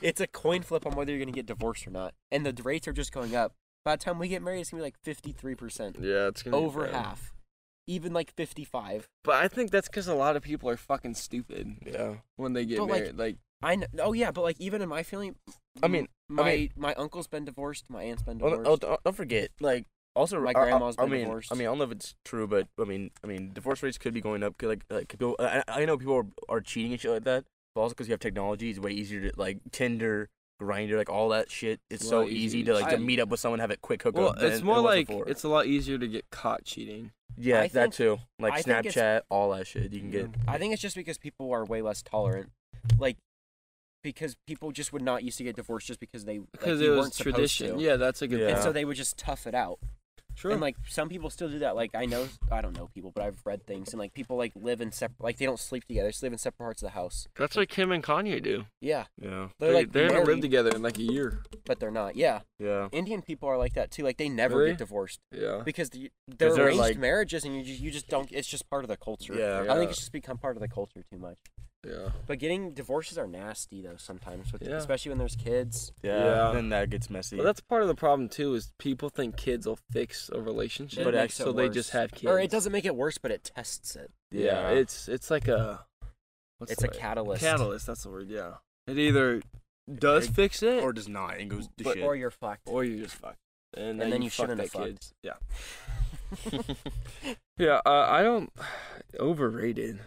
[SPEAKER 3] it's a coin flip on whether you're gonna get divorced or not, and the rates are just going up. By the time we get married, it's gonna be like fifty-three percent,
[SPEAKER 1] Yeah, it's gonna
[SPEAKER 3] over
[SPEAKER 1] be bad.
[SPEAKER 3] half, even like fifty-five.
[SPEAKER 1] But I think that's because a lot of people are fucking stupid
[SPEAKER 2] Yeah.
[SPEAKER 1] when they get
[SPEAKER 3] But, like,
[SPEAKER 1] married. Like,
[SPEAKER 3] I know. Oh yeah, but like even in my family,
[SPEAKER 2] I mean,
[SPEAKER 3] my
[SPEAKER 2] mean-
[SPEAKER 3] my uncle's been divorced, my aunt's been
[SPEAKER 2] Oh,
[SPEAKER 3] divorced.
[SPEAKER 2] oh, don't, don't forget, like also
[SPEAKER 3] My
[SPEAKER 2] I- I-
[SPEAKER 3] grandma's
[SPEAKER 2] I,
[SPEAKER 3] been
[SPEAKER 2] mean,
[SPEAKER 3] divorced.
[SPEAKER 2] I mean, I don't know if it's true, but I mean, I mean, divorce rates could be going up. 'cause, Like, like people, I, I know people are, are cheating and shit like that. But also because you have technology, it's way easier to like Tinder, Grinder, like all that shit. It's,
[SPEAKER 1] It's a
[SPEAKER 2] so
[SPEAKER 1] lot easier
[SPEAKER 2] easy
[SPEAKER 1] to
[SPEAKER 2] to like to
[SPEAKER 1] cheat.
[SPEAKER 2] meet up with someone, have it quick hook
[SPEAKER 1] well,
[SPEAKER 2] up. than
[SPEAKER 1] it's
[SPEAKER 2] it
[SPEAKER 1] more
[SPEAKER 2] was
[SPEAKER 1] like
[SPEAKER 2] before.
[SPEAKER 1] it's a lot easier to get caught cheating.
[SPEAKER 2] yeah,
[SPEAKER 3] I
[SPEAKER 2] that
[SPEAKER 3] think-
[SPEAKER 2] too. Like
[SPEAKER 3] I think it's-
[SPEAKER 2] Snapchat, all that shit you can get.
[SPEAKER 1] Mm.
[SPEAKER 3] I think it's just because people are way less tolerant, like because people just would not used to get divorced just because they like,
[SPEAKER 1] because
[SPEAKER 3] you
[SPEAKER 1] it was
[SPEAKER 3] weren't supposed
[SPEAKER 1] tradition.
[SPEAKER 3] to.
[SPEAKER 1] Yeah, that's a good.
[SPEAKER 2] Yeah.
[SPEAKER 3] And
[SPEAKER 1] point.
[SPEAKER 3] so they would just tough it out.
[SPEAKER 1] Sure.
[SPEAKER 3] And like some people still do that. Like I know, I don't know people, but I've read things and like people like live in separate, like they don't sleep together. They just live in separate parts of the house.
[SPEAKER 4] That's what Kim and Kanye do.
[SPEAKER 3] Yeah,
[SPEAKER 2] Yeah.
[SPEAKER 3] they're
[SPEAKER 4] They-
[SPEAKER 3] like
[SPEAKER 4] they're
[SPEAKER 1] they haven't
[SPEAKER 3] married,
[SPEAKER 1] lived together in like a year.
[SPEAKER 3] but they're not. Yeah,
[SPEAKER 2] Yeah.
[SPEAKER 3] Indian people are like that too. Like they never
[SPEAKER 1] Really?
[SPEAKER 3] get divorced
[SPEAKER 1] Yeah.
[SPEAKER 3] because the, they're
[SPEAKER 2] 'Cause they're,
[SPEAKER 3] arranged
[SPEAKER 2] like-
[SPEAKER 3] marriages, and you just you just don't. It's just part of the culture.
[SPEAKER 2] Yeah.
[SPEAKER 3] I think
[SPEAKER 1] Yeah.
[SPEAKER 3] it's just become part of the culture too much.
[SPEAKER 1] Yeah.
[SPEAKER 3] But getting divorces are nasty though sometimes, with,
[SPEAKER 1] Yeah.
[SPEAKER 3] especially when there's kids.
[SPEAKER 2] Yeah.
[SPEAKER 1] Yeah.
[SPEAKER 2] Then that gets messy.
[SPEAKER 1] Well, that's part of the problem too. Is people think kids will fix a relationship,
[SPEAKER 3] It
[SPEAKER 1] but
[SPEAKER 3] makes it
[SPEAKER 1] so they
[SPEAKER 3] worse.
[SPEAKER 1] just have kids.
[SPEAKER 3] Or it doesn't make it worse, but it tests it.
[SPEAKER 1] Yeah, it's it's like a. What's
[SPEAKER 3] it's
[SPEAKER 1] the
[SPEAKER 3] a
[SPEAKER 1] word?
[SPEAKER 3] catalyst.
[SPEAKER 1] Catalyst. That's the word. Yeah. It either does
[SPEAKER 2] It-
[SPEAKER 1] fix it,
[SPEAKER 2] or
[SPEAKER 1] or,
[SPEAKER 2] does not and goes to
[SPEAKER 1] But-
[SPEAKER 2] shit.
[SPEAKER 3] Or you're fucked.
[SPEAKER 1] you just fuck. And,
[SPEAKER 3] then you
[SPEAKER 1] fuck
[SPEAKER 3] shouldn't
[SPEAKER 1] that
[SPEAKER 3] have fucked.
[SPEAKER 1] kid. Yeah. Yeah. Uh, I don't. Overrated.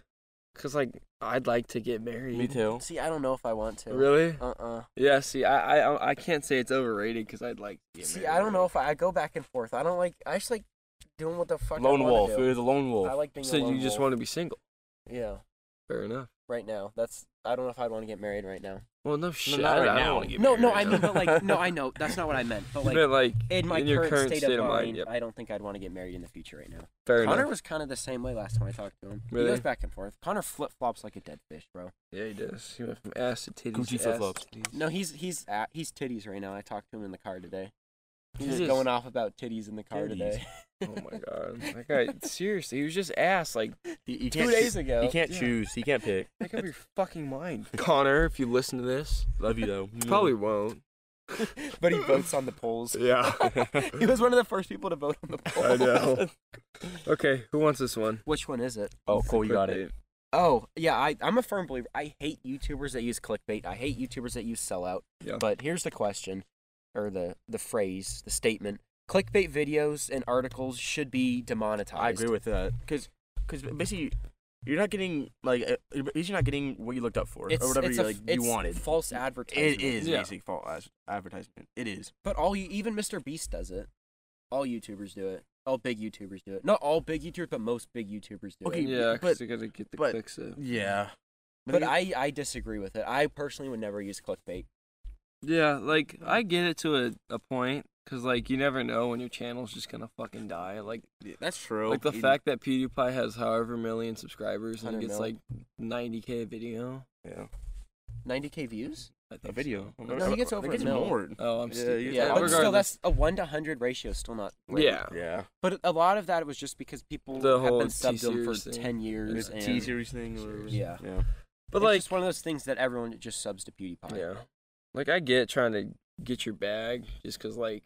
[SPEAKER 1] Cause like I'd like to get married.
[SPEAKER 2] Me too.
[SPEAKER 3] See, I don't know if I want to.
[SPEAKER 1] Really?
[SPEAKER 3] Uh uh
[SPEAKER 1] Yeah. See, I I I can't say it's overrated because I'd like. To get
[SPEAKER 3] See,
[SPEAKER 1] married
[SPEAKER 3] I don't know
[SPEAKER 1] already.
[SPEAKER 3] if I, I go back and forth. I don't like. I just like doing what the fuck.
[SPEAKER 2] Lone
[SPEAKER 3] I wanna
[SPEAKER 2] wolf. It
[SPEAKER 3] Do.
[SPEAKER 2] was a lone wolf.
[SPEAKER 3] I like being.
[SPEAKER 1] So
[SPEAKER 3] a lone
[SPEAKER 1] you just
[SPEAKER 3] wolf.
[SPEAKER 1] want to be single.
[SPEAKER 3] Yeah.
[SPEAKER 1] Fair enough.
[SPEAKER 3] Right now, that's. I don't know if I'd want to get married right now.
[SPEAKER 1] Well, no shit.
[SPEAKER 2] not
[SPEAKER 1] I,
[SPEAKER 2] right
[SPEAKER 1] I
[SPEAKER 2] now.
[SPEAKER 1] don't want to get
[SPEAKER 3] No,
[SPEAKER 1] married.
[SPEAKER 3] no, I
[SPEAKER 1] now.
[SPEAKER 3] mean, but like, no, I know that's not what I meant. But
[SPEAKER 1] You
[SPEAKER 3] like,
[SPEAKER 1] meant, like
[SPEAKER 3] in my
[SPEAKER 1] in your
[SPEAKER 3] current, state, of, mind,
[SPEAKER 1] yep.
[SPEAKER 3] I don't think I'd want to get married in the future right now.
[SPEAKER 1] fair
[SPEAKER 3] Connor
[SPEAKER 1] enough.
[SPEAKER 3] was kind of the same way last time I talked to him. He
[SPEAKER 1] Really?
[SPEAKER 3] goes back and forth. Connor flip flops like a dead fish, bro.
[SPEAKER 1] Yeah, he does. He went from ass to titties.
[SPEAKER 2] Gucci
[SPEAKER 1] to ass
[SPEAKER 2] flip-flops.
[SPEAKER 1] to titties.
[SPEAKER 3] No, he's he's at, he's titties right now. I talked to him in the car today. He's
[SPEAKER 1] He's
[SPEAKER 3] just
[SPEAKER 1] just-
[SPEAKER 3] going off about titties in the car today.
[SPEAKER 1] Oh my god. That guy, seriously, he was just ass. Like,
[SPEAKER 2] He- he
[SPEAKER 3] Two
[SPEAKER 2] can't
[SPEAKER 3] days
[SPEAKER 2] choo-
[SPEAKER 3] ago.
[SPEAKER 2] He can't
[SPEAKER 1] Yeah.
[SPEAKER 2] choose. He can't pick.
[SPEAKER 1] make up your fucking mind. Mm. Connor, if you listen to this,
[SPEAKER 2] Love you though.
[SPEAKER 1] probably won't.
[SPEAKER 3] but he votes on the polls.
[SPEAKER 1] Yeah.
[SPEAKER 3] he was one of the first people to vote on the polls.
[SPEAKER 1] I know. Okay, who wants this one?
[SPEAKER 3] Which one is it?
[SPEAKER 2] Oh, Cole, you got it.
[SPEAKER 1] Clickbait.
[SPEAKER 3] Oh, yeah, I, I'm a firm believer. I hate YouTubers that use clickbait. I hate YouTubers that use sellout.
[SPEAKER 1] Yeah.
[SPEAKER 3] But here's the question, or the, the phrase, the statement. Clickbait videos and articles should be demonetized.
[SPEAKER 2] I agree with that. Cause, 'cause basically, you're not getting like uh, you're basically not getting what you looked up for
[SPEAKER 3] It's,
[SPEAKER 2] or whatever
[SPEAKER 3] it's
[SPEAKER 2] you
[SPEAKER 3] a-
[SPEAKER 2] like you
[SPEAKER 3] it's
[SPEAKER 2] wanted.
[SPEAKER 3] false advertisement.
[SPEAKER 2] It is
[SPEAKER 1] Yeah.
[SPEAKER 2] basic false as- advertisement. It is.
[SPEAKER 3] But all you, even Mr. Beast does it. All YouTubers do it. All big YouTubers do it. Not all big YouTubers, but most big YouTubers do
[SPEAKER 2] Okay,
[SPEAKER 3] it.
[SPEAKER 1] Yeah, because
[SPEAKER 2] but-
[SPEAKER 1] you gotta get the
[SPEAKER 2] but-
[SPEAKER 1] clicks up.
[SPEAKER 2] Yeah.
[SPEAKER 3] But I, I disagree with it. I personally would never use clickbait.
[SPEAKER 1] Yeah, like, I get it to a, a point, because, like, you never know when your channel's just gonna fucking die. Like,
[SPEAKER 2] that's true.
[SPEAKER 1] like the
[SPEAKER 2] You-
[SPEAKER 1] fact that PewDiePie has however million subscribers and
[SPEAKER 3] 100
[SPEAKER 1] he gets,
[SPEAKER 3] mil.
[SPEAKER 1] like, 90k a video.
[SPEAKER 2] yeah.
[SPEAKER 3] 90k views?
[SPEAKER 1] I think
[SPEAKER 2] a video.
[SPEAKER 1] so.
[SPEAKER 3] No, he gets over
[SPEAKER 2] I think it's
[SPEAKER 3] a mil.
[SPEAKER 2] more.
[SPEAKER 1] Oh, I'm
[SPEAKER 2] Yeah,
[SPEAKER 1] stupid.
[SPEAKER 2] you- Yeah,
[SPEAKER 3] Yeah, but still,
[SPEAKER 1] regardless.
[SPEAKER 3] that's a one to hundred ratio. Still not. right.
[SPEAKER 1] Yeah.
[SPEAKER 2] Yeah.
[SPEAKER 3] but a lot of that was just because people
[SPEAKER 1] The
[SPEAKER 3] have
[SPEAKER 1] whole
[SPEAKER 3] been subbed to 'em for
[SPEAKER 1] T-series thing.
[SPEAKER 3] ten years.
[SPEAKER 1] It's
[SPEAKER 3] and
[SPEAKER 2] T series thing. Or,
[SPEAKER 1] T-series.
[SPEAKER 3] Yeah.
[SPEAKER 2] Yeah.
[SPEAKER 1] But
[SPEAKER 3] it's
[SPEAKER 1] like,
[SPEAKER 3] just one of those things that everyone just subs to PewDiePie.
[SPEAKER 1] yeah, like I get trying to get your bag just because, like,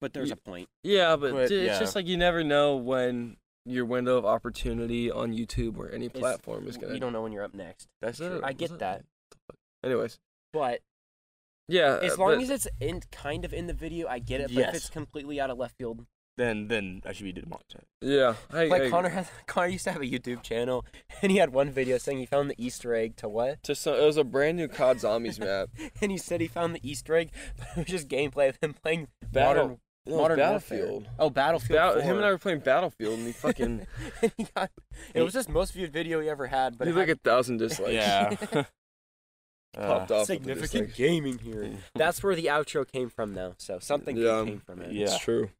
[SPEAKER 3] but there's
[SPEAKER 1] You-
[SPEAKER 3] a point.
[SPEAKER 1] yeah, but,
[SPEAKER 2] But,
[SPEAKER 1] dude, it's
[SPEAKER 2] yeah.
[SPEAKER 1] just like you never know when your window of opportunity on YouTube or any
[SPEAKER 3] It's-
[SPEAKER 1] platform is gonna.
[SPEAKER 3] You don't know when you're up next.
[SPEAKER 2] That's
[SPEAKER 1] Is
[SPEAKER 2] true.
[SPEAKER 1] it-
[SPEAKER 3] I
[SPEAKER 1] was
[SPEAKER 3] get
[SPEAKER 1] it-
[SPEAKER 3] that.
[SPEAKER 1] Anyways,
[SPEAKER 3] But
[SPEAKER 1] yeah,
[SPEAKER 3] as
[SPEAKER 1] uh,
[SPEAKER 3] long
[SPEAKER 1] but-
[SPEAKER 3] as it's in kind of in the video, I get it. But if
[SPEAKER 2] Yes.
[SPEAKER 3] it's completely out of left field,
[SPEAKER 2] Then then I should be demonetized.
[SPEAKER 1] yeah, I,
[SPEAKER 3] like
[SPEAKER 1] I-
[SPEAKER 3] Connor has, Connor used to have a YouTube channel, and he had one video saying he found the Easter egg to what?
[SPEAKER 1] to some, it was a brand new COD Zombies map.
[SPEAKER 3] And he said he found the Easter egg, but it was just gameplay of him playing modern,
[SPEAKER 1] Battle- no, it was
[SPEAKER 3] modern Warfare.
[SPEAKER 1] Battlefield.
[SPEAKER 3] Oh, Battlefield.
[SPEAKER 1] Ba-
[SPEAKER 3] 4.
[SPEAKER 1] him and I were playing Battlefield, and he fucking
[SPEAKER 3] And he got- it was his most viewed video he ever had, but
[SPEAKER 1] he
[SPEAKER 3] it
[SPEAKER 1] like
[SPEAKER 3] had
[SPEAKER 1] a thousand dislikes.
[SPEAKER 2] Yeah.
[SPEAKER 1] popped off. with the
[SPEAKER 3] significant
[SPEAKER 1] dislikes.
[SPEAKER 3] gaming here. That's where the outro came from, though. So something good
[SPEAKER 1] Yeah.
[SPEAKER 3] came from it.
[SPEAKER 2] Yeah.
[SPEAKER 1] It's true.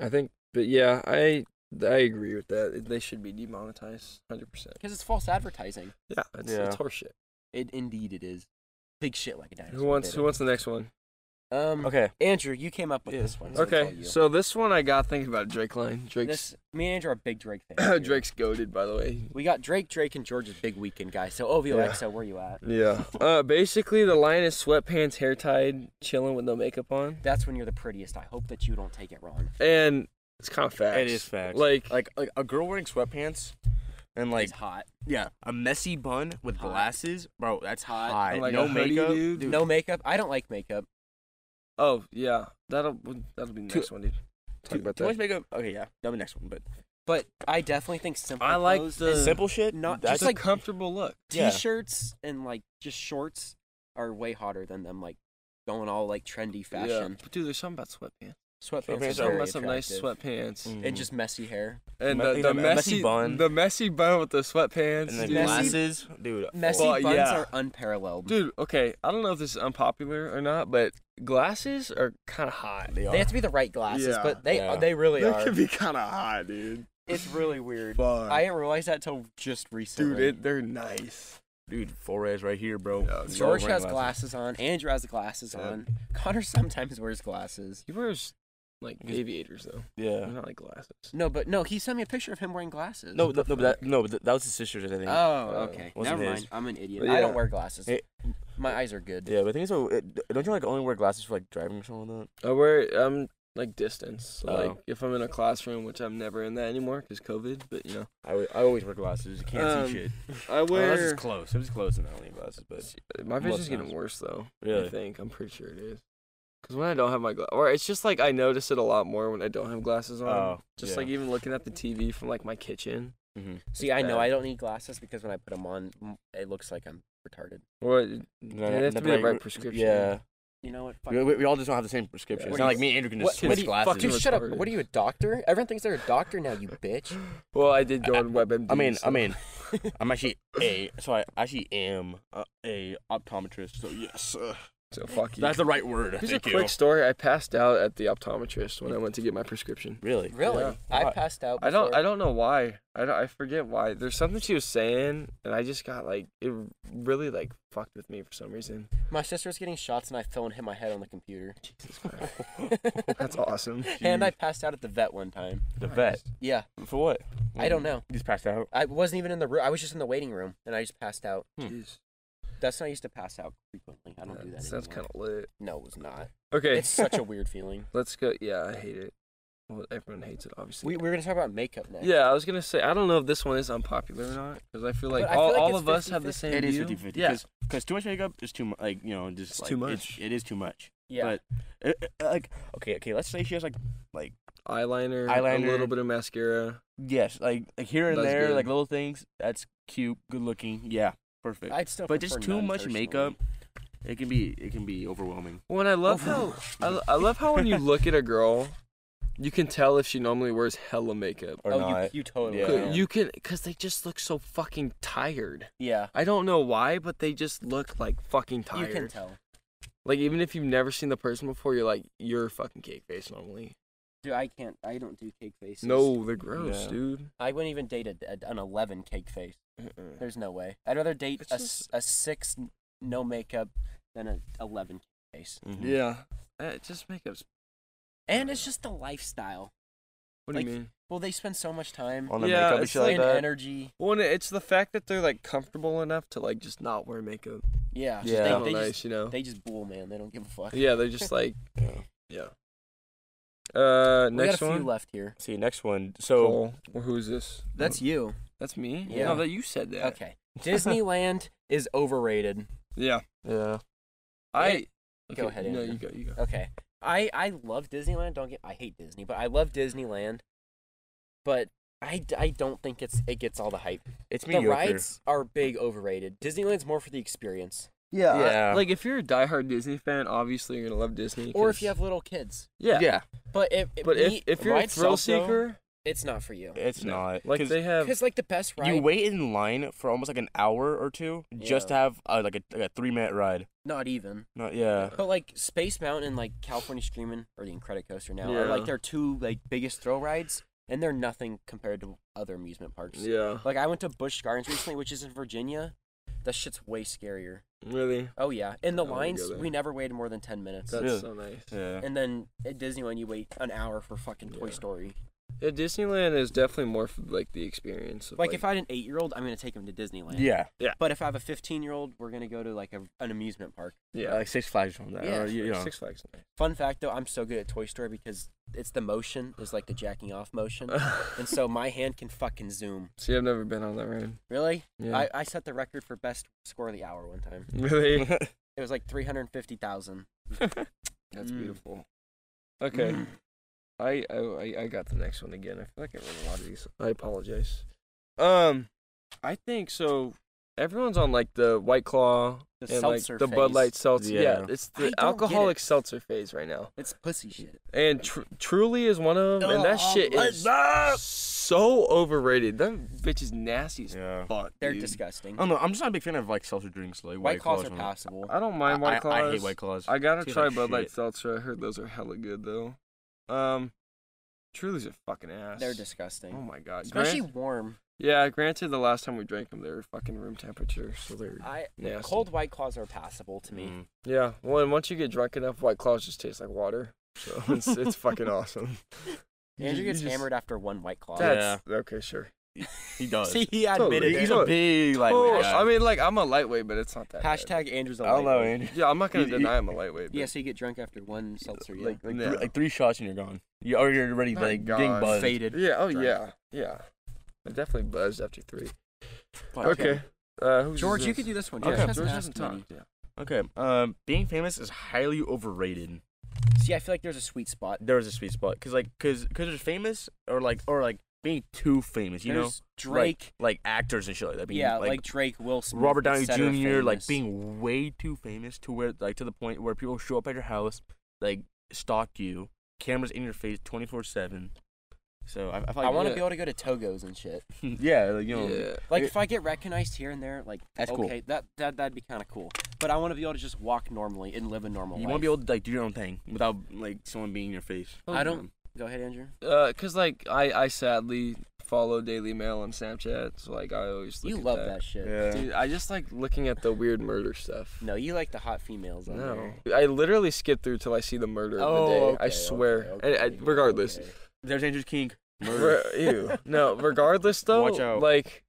[SPEAKER 1] I think, but yeah, I I agree with that. They should be demonetized, hundred percent.
[SPEAKER 3] because it's false advertising.
[SPEAKER 1] Yeah, it's,
[SPEAKER 2] Yeah.
[SPEAKER 1] it's horseshit.
[SPEAKER 3] It indeed it is. Big shit like a dinosaur.
[SPEAKER 1] Who wants
[SPEAKER 3] did
[SPEAKER 1] Who
[SPEAKER 3] it.
[SPEAKER 1] wants the next one?
[SPEAKER 3] Um,
[SPEAKER 2] okay.
[SPEAKER 3] Andrew, you came up with
[SPEAKER 2] Yeah.
[SPEAKER 3] this one. so it's all
[SPEAKER 1] Okay,
[SPEAKER 3] you.
[SPEAKER 1] so this one I got thinking about a Drake line. Drake's
[SPEAKER 3] this me and Andrew are big Drake fans. here.
[SPEAKER 1] Drake's goaded, by the way.
[SPEAKER 3] We got Drake, Drake, and George's big weekend guys. So OVOXO, where you at?
[SPEAKER 1] Yeah. Uh, basically the line is sweatpants, hair tied, chilling with no makeup on,
[SPEAKER 3] That's when you're the prettiest. I hope that you don't take it wrong.
[SPEAKER 1] and it's kind of facts.
[SPEAKER 2] It is facts.
[SPEAKER 1] Like,
[SPEAKER 2] like like a girl wearing sweatpants and like
[SPEAKER 3] He's hot.
[SPEAKER 2] yeah, a messy bun with
[SPEAKER 3] Hot.
[SPEAKER 2] glasses, bro. That's
[SPEAKER 3] Hot.
[SPEAKER 2] hot.
[SPEAKER 1] and, like,
[SPEAKER 2] no
[SPEAKER 1] a hoodie,
[SPEAKER 2] makeup.
[SPEAKER 1] dude.
[SPEAKER 3] No makeup. I don't like makeup.
[SPEAKER 1] Oh yeah, that'll that'll be the
[SPEAKER 2] Too-
[SPEAKER 1] next one, dude. Talk
[SPEAKER 2] Too,
[SPEAKER 1] about
[SPEAKER 2] too much
[SPEAKER 1] that.
[SPEAKER 2] makeup. Okay, yeah, that'll be next one. But
[SPEAKER 3] But I definitely think simple.
[SPEAKER 1] I like
[SPEAKER 3] clothes
[SPEAKER 1] the-
[SPEAKER 3] and
[SPEAKER 2] simple shit.
[SPEAKER 3] Mm. Not-
[SPEAKER 2] that's
[SPEAKER 1] Just
[SPEAKER 3] Just
[SPEAKER 1] a
[SPEAKER 3] like-
[SPEAKER 1] comfortable look.
[SPEAKER 2] yeah.
[SPEAKER 3] t-shirts and like just shorts are way hotter than them like going all like trendy fashion.
[SPEAKER 1] Yeah. But dude, there's something about sweatpants.
[SPEAKER 3] Sweatpants.
[SPEAKER 2] Sweatpants
[SPEAKER 3] is
[SPEAKER 2] are
[SPEAKER 1] Talking
[SPEAKER 3] very
[SPEAKER 1] about some nice
[SPEAKER 3] attractive.
[SPEAKER 1] sweatpants
[SPEAKER 3] And just messy hair.
[SPEAKER 1] and
[SPEAKER 2] Me-
[SPEAKER 1] the,
[SPEAKER 2] yeah,
[SPEAKER 1] the
[SPEAKER 2] man,
[SPEAKER 1] messy,
[SPEAKER 2] messy Mm. bun.
[SPEAKER 1] the messy bun with the sweatpants.
[SPEAKER 2] and the
[SPEAKER 1] dude.
[SPEAKER 3] Messy-
[SPEAKER 2] glasses, dude.
[SPEAKER 3] Messy
[SPEAKER 1] Mm. Well,
[SPEAKER 3] buns
[SPEAKER 1] yeah.
[SPEAKER 3] are unparalleled.
[SPEAKER 1] Dude, okay, I don't know if this is unpopular or not, but glasses are kind of hot.
[SPEAKER 2] They are.
[SPEAKER 3] They have to be the right glasses,
[SPEAKER 1] Yeah.
[SPEAKER 3] but they uh,
[SPEAKER 2] Yeah.
[SPEAKER 3] they really
[SPEAKER 1] That
[SPEAKER 3] are.
[SPEAKER 1] could be kind of hot, dude.
[SPEAKER 3] It's really weird.
[SPEAKER 1] Fuck.
[SPEAKER 3] I didn't realize that till just recently.
[SPEAKER 1] dude, it, they're nice.
[SPEAKER 2] dude, Foray's right here, bro.
[SPEAKER 1] Yeah,
[SPEAKER 2] Love
[SPEAKER 3] George
[SPEAKER 2] wearing
[SPEAKER 3] has glasses on. Andrew has glasses
[SPEAKER 1] Yeah.
[SPEAKER 3] on. Connor sometimes wears glasses.
[SPEAKER 1] He wears like
[SPEAKER 2] He's-
[SPEAKER 1] aviators though,
[SPEAKER 2] Yeah.
[SPEAKER 1] They're not like glasses.
[SPEAKER 3] No, but no, he sent me a picture of him wearing glasses.
[SPEAKER 2] No, th- no, but that, no, but th- that was his sister's, I think.
[SPEAKER 1] uh,
[SPEAKER 3] Oh, okay.
[SPEAKER 2] wasn't
[SPEAKER 3] Never
[SPEAKER 2] his.
[SPEAKER 3] mind. I'm an idiot.
[SPEAKER 1] But
[SPEAKER 3] I
[SPEAKER 1] yeah.
[SPEAKER 3] don't wear glasses.
[SPEAKER 2] Hey.
[SPEAKER 3] My eyes are good.
[SPEAKER 2] yeah, but I think so. It, don't you like only wear glasses for like driving or something like
[SPEAKER 1] I wear um like distance, so, like
[SPEAKER 2] Oh.
[SPEAKER 1] if I'm in a classroom, which I'm never in that anymore because COVID. But you know,
[SPEAKER 2] that? I, w- I always wear glasses. You can't
[SPEAKER 1] Um,
[SPEAKER 2] see shit.
[SPEAKER 1] I
[SPEAKER 2] Well,
[SPEAKER 1] wear.
[SPEAKER 2] that's just close. It was close, and I don't need glasses, but
[SPEAKER 1] My vision's
[SPEAKER 2] Must
[SPEAKER 1] getting
[SPEAKER 2] knows.
[SPEAKER 1] worse though. I
[SPEAKER 2] Really?
[SPEAKER 1] think I'm pretty sure it is. Cause when I don't have my glasses, or it's just like I notice it a lot more when I don't have glasses on.
[SPEAKER 2] Oh,
[SPEAKER 1] just
[SPEAKER 2] yeah.
[SPEAKER 1] like even looking at the TV from like my kitchen.
[SPEAKER 2] mm-hmm.
[SPEAKER 3] See, I know
[SPEAKER 1] bad.
[SPEAKER 3] I don't need glasses because when I put them on, m- it looks like I'm retarded.
[SPEAKER 1] Or it it'd have to be the right prescription.
[SPEAKER 2] Yeah,
[SPEAKER 3] You know what? Fuck
[SPEAKER 2] we, we we all just don't have the same prescription.
[SPEAKER 1] Yeah.
[SPEAKER 2] It's not like me and Andrew can
[SPEAKER 3] What-
[SPEAKER 2] just
[SPEAKER 3] what do
[SPEAKER 2] switch
[SPEAKER 3] you-
[SPEAKER 2] glasses.
[SPEAKER 1] fuck
[SPEAKER 3] Dude,
[SPEAKER 1] It's
[SPEAKER 3] shut up.
[SPEAKER 1] retarded.
[SPEAKER 3] What are you, a doctor? Everyone thinks they're a doctor now, you bitch.
[SPEAKER 1] Well, I did go on WebMD.
[SPEAKER 2] I mean, I
[SPEAKER 1] so-
[SPEAKER 2] mean, I'm actually a so I actually am a, a optometrist. So yes, uh,
[SPEAKER 1] so fuck you.
[SPEAKER 2] that's the right word.
[SPEAKER 1] Here's a
[SPEAKER 2] Thank you.
[SPEAKER 1] quick story. I passed out at the optometrist when I went to get my prescription.
[SPEAKER 2] Really? Uh,
[SPEAKER 3] Really?
[SPEAKER 1] Yeah.
[SPEAKER 3] I
[SPEAKER 2] Why?
[SPEAKER 3] passed out.
[SPEAKER 1] I don't.
[SPEAKER 3] before.
[SPEAKER 1] I don't know why. I don't, I forget why. There's something she was saying, and I just got like it really like fucked with me for some reason.
[SPEAKER 3] My sister was getting shots, and I fell and hit my head on the computer.
[SPEAKER 1] Jesus Christ. That's awesome.
[SPEAKER 3] And I passed out at the vet one time.
[SPEAKER 2] The vet
[SPEAKER 3] Yeah,
[SPEAKER 2] for what?
[SPEAKER 3] I
[SPEAKER 1] Mm.
[SPEAKER 3] don't know.
[SPEAKER 2] You just passed out.
[SPEAKER 3] I wasn't even in the room. I was just in the waiting room, and I just passed out.
[SPEAKER 2] Hmm.
[SPEAKER 1] Jeez.
[SPEAKER 3] That's when I used to pass out frequently. I don't do that.
[SPEAKER 1] Sounds kind
[SPEAKER 3] anymore.
[SPEAKER 1] of lit.
[SPEAKER 3] No, it was not.
[SPEAKER 1] Okay,
[SPEAKER 3] It's such a weird feeling.
[SPEAKER 1] let's go. Yeah, I hate it. Well, everyone hates it, obviously.
[SPEAKER 3] We, we were gonna talk about makeup next.
[SPEAKER 1] yeah, I was gonna say I don't know if this one is unpopular or not because I feel like
[SPEAKER 3] But I feel
[SPEAKER 1] all,
[SPEAKER 3] like
[SPEAKER 1] all
[SPEAKER 3] it's
[SPEAKER 1] of us have the
[SPEAKER 3] 50-50.
[SPEAKER 1] same
[SPEAKER 2] It is
[SPEAKER 1] view.
[SPEAKER 2] 50 50.
[SPEAKER 1] Yeah,
[SPEAKER 2] Because too much makeup is too much. Like, you know, just
[SPEAKER 1] It's
[SPEAKER 2] like,
[SPEAKER 1] too much.
[SPEAKER 2] It's, it is too much.
[SPEAKER 3] Yeah.
[SPEAKER 2] But, uh, uh, like, okay, okay, let's say she has, like, like,
[SPEAKER 1] eyeliner, a
[SPEAKER 2] Eyeliner.
[SPEAKER 1] little bit of mascara.
[SPEAKER 2] yes, like, like here and
[SPEAKER 1] That's
[SPEAKER 2] there,
[SPEAKER 1] good.
[SPEAKER 2] like little things. That's cute, good looking. Yeah, perfect.
[SPEAKER 3] I'd still.
[SPEAKER 2] but just
[SPEAKER 3] prefer
[SPEAKER 2] too
[SPEAKER 3] none,
[SPEAKER 2] much
[SPEAKER 3] personally.
[SPEAKER 2] makeup, it can be, it can be overwhelming.
[SPEAKER 1] When I love how I, I love how when you look at a girl, you can tell if she normally wears hella makeup.
[SPEAKER 2] Or
[SPEAKER 3] oh,
[SPEAKER 2] not.
[SPEAKER 3] you you totally.
[SPEAKER 2] Yeah.
[SPEAKER 1] Could-
[SPEAKER 3] can.
[SPEAKER 1] You can, cause they just look so fucking tired.
[SPEAKER 3] yeah.
[SPEAKER 1] I don't know why, but they just look like fucking
[SPEAKER 3] You
[SPEAKER 1] tired.
[SPEAKER 3] can tell.
[SPEAKER 1] Like even if you've never seen the person before, you're like you're a fucking cake face normally.
[SPEAKER 3] Dude, I can't. I don't do cake faces.
[SPEAKER 1] No, they're gross,
[SPEAKER 2] Yeah.
[SPEAKER 1] dude.
[SPEAKER 3] I wouldn't even date a, a- an eleven cake face.
[SPEAKER 1] Uh-uh.
[SPEAKER 3] There's no way. I'd rather date
[SPEAKER 1] It's
[SPEAKER 3] a, s- a six n- no makeup than a eleven cake face.
[SPEAKER 2] Mm-hmm.
[SPEAKER 1] Yeah, uh, just makeup's.
[SPEAKER 3] And it's just the lifestyle.
[SPEAKER 1] What
[SPEAKER 3] Like,
[SPEAKER 1] do you mean?
[SPEAKER 3] Well, they spend so much time
[SPEAKER 2] On the
[SPEAKER 1] Yeah,
[SPEAKER 2] makeup and
[SPEAKER 1] it's
[SPEAKER 2] shit like
[SPEAKER 3] and
[SPEAKER 2] that.
[SPEAKER 3] energy.
[SPEAKER 1] Well, and it's the fact that they're like comfortable enough to like just not wear makeup.
[SPEAKER 3] Yeah.
[SPEAKER 2] Yeah.
[SPEAKER 1] Kinda
[SPEAKER 3] They, they
[SPEAKER 1] nice,
[SPEAKER 3] just
[SPEAKER 1] you know.
[SPEAKER 3] they just bull, man. They don't give a fuck.
[SPEAKER 1] yeah, they're just like
[SPEAKER 2] Yeah.
[SPEAKER 1] yeah. Uh,
[SPEAKER 3] We
[SPEAKER 1] next
[SPEAKER 3] got a few
[SPEAKER 1] one.
[SPEAKER 3] left here.
[SPEAKER 2] See, next one. So,
[SPEAKER 1] Cole. Or who is this?
[SPEAKER 3] That's
[SPEAKER 1] you.
[SPEAKER 3] you.
[SPEAKER 1] That's me.
[SPEAKER 3] Yeah.
[SPEAKER 1] No, that you said that.
[SPEAKER 3] Okay. Disneyland is overrated.
[SPEAKER 1] Yeah.
[SPEAKER 2] yeah.
[SPEAKER 1] I.
[SPEAKER 3] Go ahead,
[SPEAKER 1] No,
[SPEAKER 3] Andrew.
[SPEAKER 1] you go. You go.
[SPEAKER 3] Okay. I I love Disneyland. Don't get I hate Disney, but I love Disneyland. But I, d- I don't think it's it gets all the hype.
[SPEAKER 2] It's
[SPEAKER 3] The
[SPEAKER 2] mediocre.
[SPEAKER 3] rides are big overrated. Disneyland's more for the experience.
[SPEAKER 1] Yeah. I-
[SPEAKER 2] Yeah.
[SPEAKER 1] like if you're a diehard Disney fan, obviously you're gonna love Disney.
[SPEAKER 3] Or
[SPEAKER 1] 'cause-
[SPEAKER 3] if you have little kids.
[SPEAKER 1] Yeah.
[SPEAKER 2] yeah.
[SPEAKER 3] But if
[SPEAKER 1] But if,
[SPEAKER 3] me-
[SPEAKER 1] if you're
[SPEAKER 2] by
[SPEAKER 1] a thrill
[SPEAKER 2] itself, though,
[SPEAKER 1] seeker,
[SPEAKER 3] it's not for you.
[SPEAKER 2] It's not.
[SPEAKER 1] like
[SPEAKER 2] 'Cause
[SPEAKER 1] they have
[SPEAKER 3] Cuz like the best ride
[SPEAKER 2] You wait in line for almost like an hour or two just to
[SPEAKER 3] Yeah.
[SPEAKER 2] have uh, like, a, like a three minute ride.
[SPEAKER 3] not even.
[SPEAKER 2] Not yeah.
[SPEAKER 3] But like Space Mountain and like California Screamin' or the Incredicoaster now are
[SPEAKER 1] Yeah.
[SPEAKER 3] like their two like biggest thrill rides and they're nothing compared to other amusement parks.
[SPEAKER 1] yeah,
[SPEAKER 3] Like I went to Busch Gardens recently, which is in Virginia. That shit's way scarier.
[SPEAKER 1] really,
[SPEAKER 3] Oh yeah, and the
[SPEAKER 1] I wanna go
[SPEAKER 3] lines
[SPEAKER 1] there.
[SPEAKER 3] we never waited more than ten minutes.
[SPEAKER 1] that's
[SPEAKER 2] Really?
[SPEAKER 1] so nice.
[SPEAKER 2] Yeah.
[SPEAKER 3] and then at Disneyland you wait an hour for fucking Toy
[SPEAKER 1] Yeah.
[SPEAKER 3] Story.
[SPEAKER 1] Yeah, Disneyland is definitely more for, like the experience. Of,
[SPEAKER 3] Like, if I had an eight year old, I'm gonna take him to Disneyland.
[SPEAKER 2] Yeah.
[SPEAKER 3] But if I have a fifteen year old, we're gonna go to like a, an amusement park.
[SPEAKER 1] yeah,
[SPEAKER 2] Like uh, Six Flags from that.
[SPEAKER 3] Yeah,
[SPEAKER 2] Or, you, you know.
[SPEAKER 1] Six Flags. is
[SPEAKER 3] Fun fact though, I'm so good at Toy Story because it's the motion is like the jacking off motion,
[SPEAKER 1] nice.
[SPEAKER 3] and so my hand can fucking zoom.
[SPEAKER 1] See, I've never been on that ride.
[SPEAKER 3] Really?
[SPEAKER 1] Yeah,
[SPEAKER 3] I, I set the record for best score of the hour one time.
[SPEAKER 1] really,
[SPEAKER 2] Mm.
[SPEAKER 3] It was like three hundred fifty thousand.
[SPEAKER 1] that's
[SPEAKER 3] Mm.
[SPEAKER 1] beautiful. Okay, I, I I- I got the next one again. I feel like I read a lot of these. I apologize. Um, I think so. everyone's on like the White Claw
[SPEAKER 3] The
[SPEAKER 1] and like
[SPEAKER 3] seltzer
[SPEAKER 1] the Bud
[SPEAKER 3] phase.
[SPEAKER 1] Light seltzer. Yeah,
[SPEAKER 2] Yeah.
[SPEAKER 1] it's
[SPEAKER 3] I
[SPEAKER 1] the
[SPEAKER 3] don't get
[SPEAKER 1] alcoholic
[SPEAKER 3] it.
[SPEAKER 1] seltzer phase right now,
[SPEAKER 3] It's pussy shit.
[SPEAKER 1] and tr- Truly is one of them. and that
[SPEAKER 3] Oh,
[SPEAKER 1] shit is
[SPEAKER 2] up?
[SPEAKER 1] so overrated. That bitch is nasty as
[SPEAKER 2] Yeah.
[SPEAKER 1] fuck.
[SPEAKER 3] They're
[SPEAKER 1] dude.
[SPEAKER 3] disgusting.
[SPEAKER 2] I don't know. I'm just not a big fan of like seltzer drinks, like
[SPEAKER 3] White, claws,
[SPEAKER 2] claws
[SPEAKER 3] are passable.
[SPEAKER 1] I don't mind
[SPEAKER 2] I-
[SPEAKER 1] White
[SPEAKER 2] I-
[SPEAKER 1] Claws.
[SPEAKER 2] I hate White Claws.
[SPEAKER 1] I gotta
[SPEAKER 2] Tastes
[SPEAKER 1] try
[SPEAKER 2] like
[SPEAKER 1] Bud Light
[SPEAKER 2] shit.
[SPEAKER 1] Seltzer. I heard those are hella good though. Um, Truly's a fucking ass.
[SPEAKER 3] They're
[SPEAKER 1] Oh
[SPEAKER 3] disgusting.
[SPEAKER 1] my god.
[SPEAKER 3] Especially
[SPEAKER 1] Grant-
[SPEAKER 3] warm.
[SPEAKER 1] yeah, granted, the last time we drank them, they were fucking room temperature, so they're
[SPEAKER 3] I
[SPEAKER 1] nasty.
[SPEAKER 3] cold white claws are passable to me.
[SPEAKER 2] Mm.
[SPEAKER 1] Yeah. Well, and once you get drunk enough, White Claws just taste like water. So it's, it's fucking awesome. You
[SPEAKER 3] Andrew
[SPEAKER 1] ju- you
[SPEAKER 3] gets
[SPEAKER 1] just-
[SPEAKER 3] hammered after one white claw.
[SPEAKER 2] That-
[SPEAKER 1] That's okay. Sure.
[SPEAKER 2] He does.
[SPEAKER 3] See, he
[SPEAKER 1] Totally.
[SPEAKER 3] admitted
[SPEAKER 1] He's
[SPEAKER 3] it.
[SPEAKER 2] He's
[SPEAKER 1] a
[SPEAKER 2] a big
[SPEAKER 1] Oh,
[SPEAKER 2] lightweight.
[SPEAKER 1] I mean, like I'm a lightweight, but it's not that. bad.
[SPEAKER 3] Hashtag Andrew's a
[SPEAKER 2] I don't know,
[SPEAKER 3] lightweight.
[SPEAKER 2] Andrew.
[SPEAKER 1] Yeah, I'm not gonna
[SPEAKER 2] You- you-
[SPEAKER 1] deny I'm a lightweight. but-
[SPEAKER 3] Yeah, so you get drunk after one seltzer. Yeah.
[SPEAKER 2] Like like,
[SPEAKER 1] Yeah.
[SPEAKER 2] three, like three shots and you're gone. You are you're already
[SPEAKER 1] My
[SPEAKER 2] like
[SPEAKER 1] God.
[SPEAKER 2] ding buzzed.
[SPEAKER 3] faded.
[SPEAKER 1] Yeah. Oh
[SPEAKER 3] drunk.
[SPEAKER 1] yeah. Yeah. I definitely buzzed after three.
[SPEAKER 2] Fuck.
[SPEAKER 1] Okay. Uh, who's
[SPEAKER 3] George, you
[SPEAKER 1] this?
[SPEAKER 3] could do this one.
[SPEAKER 1] Yeah,
[SPEAKER 3] George hasn't
[SPEAKER 1] George
[SPEAKER 3] asked
[SPEAKER 1] hasn't
[SPEAKER 3] many.
[SPEAKER 1] talked. Yeah.
[SPEAKER 2] Okay. Um, being famous is highly overrated.
[SPEAKER 3] See, I feel like there's a sweet spot.
[SPEAKER 2] There was a sweet spot because like because because it's famous or like or like being too famous. You
[SPEAKER 3] there's
[SPEAKER 2] know,
[SPEAKER 3] Drake.
[SPEAKER 2] like, like actors and shit like that. Being,
[SPEAKER 3] yeah, like, Drake, Will Smith,
[SPEAKER 2] Robert Downey
[SPEAKER 3] et
[SPEAKER 2] Jr.
[SPEAKER 3] cetera,
[SPEAKER 2] like
[SPEAKER 3] famous.
[SPEAKER 2] being way too famous to where like to the point where people show up at your house, like stalk you, cameras in your face twenty four seven. So I, I,
[SPEAKER 3] I want to
[SPEAKER 1] yeah.
[SPEAKER 3] be able to go to Togo's and shit.
[SPEAKER 2] to yeah, like, you know,
[SPEAKER 1] Yeah.
[SPEAKER 3] Like
[SPEAKER 2] It-
[SPEAKER 3] if I get recognized here and there, like
[SPEAKER 2] That's cool.
[SPEAKER 3] okay, that that that'd be kind of cool. But I want to be able to just walk normally and live a normal
[SPEAKER 2] you
[SPEAKER 3] life.
[SPEAKER 2] want to be able to like do your own thing without like someone being in your face.
[SPEAKER 1] Oh,
[SPEAKER 3] I don't. Go ahead, Andrew.
[SPEAKER 1] Uh, cause like I, I sadly follow Daily Mail on Snapchat, so like I always look
[SPEAKER 3] you
[SPEAKER 1] at
[SPEAKER 3] love that,
[SPEAKER 1] that.
[SPEAKER 3] shit.
[SPEAKER 2] Yeah.
[SPEAKER 1] Dude, I just like looking at the weird murder stuff.
[SPEAKER 3] No, you like the hot females. On
[SPEAKER 1] No,
[SPEAKER 3] There.
[SPEAKER 1] I literally skip through till I see the murder of
[SPEAKER 3] Oh,
[SPEAKER 1] the day. I
[SPEAKER 3] okay,
[SPEAKER 1] swear.
[SPEAKER 3] okay,
[SPEAKER 1] And I-
[SPEAKER 3] okay,
[SPEAKER 1] regardless,
[SPEAKER 3] okay.
[SPEAKER 2] There's Andrew King.
[SPEAKER 1] Re- ew. No, regardless though,
[SPEAKER 2] Watch out.
[SPEAKER 1] like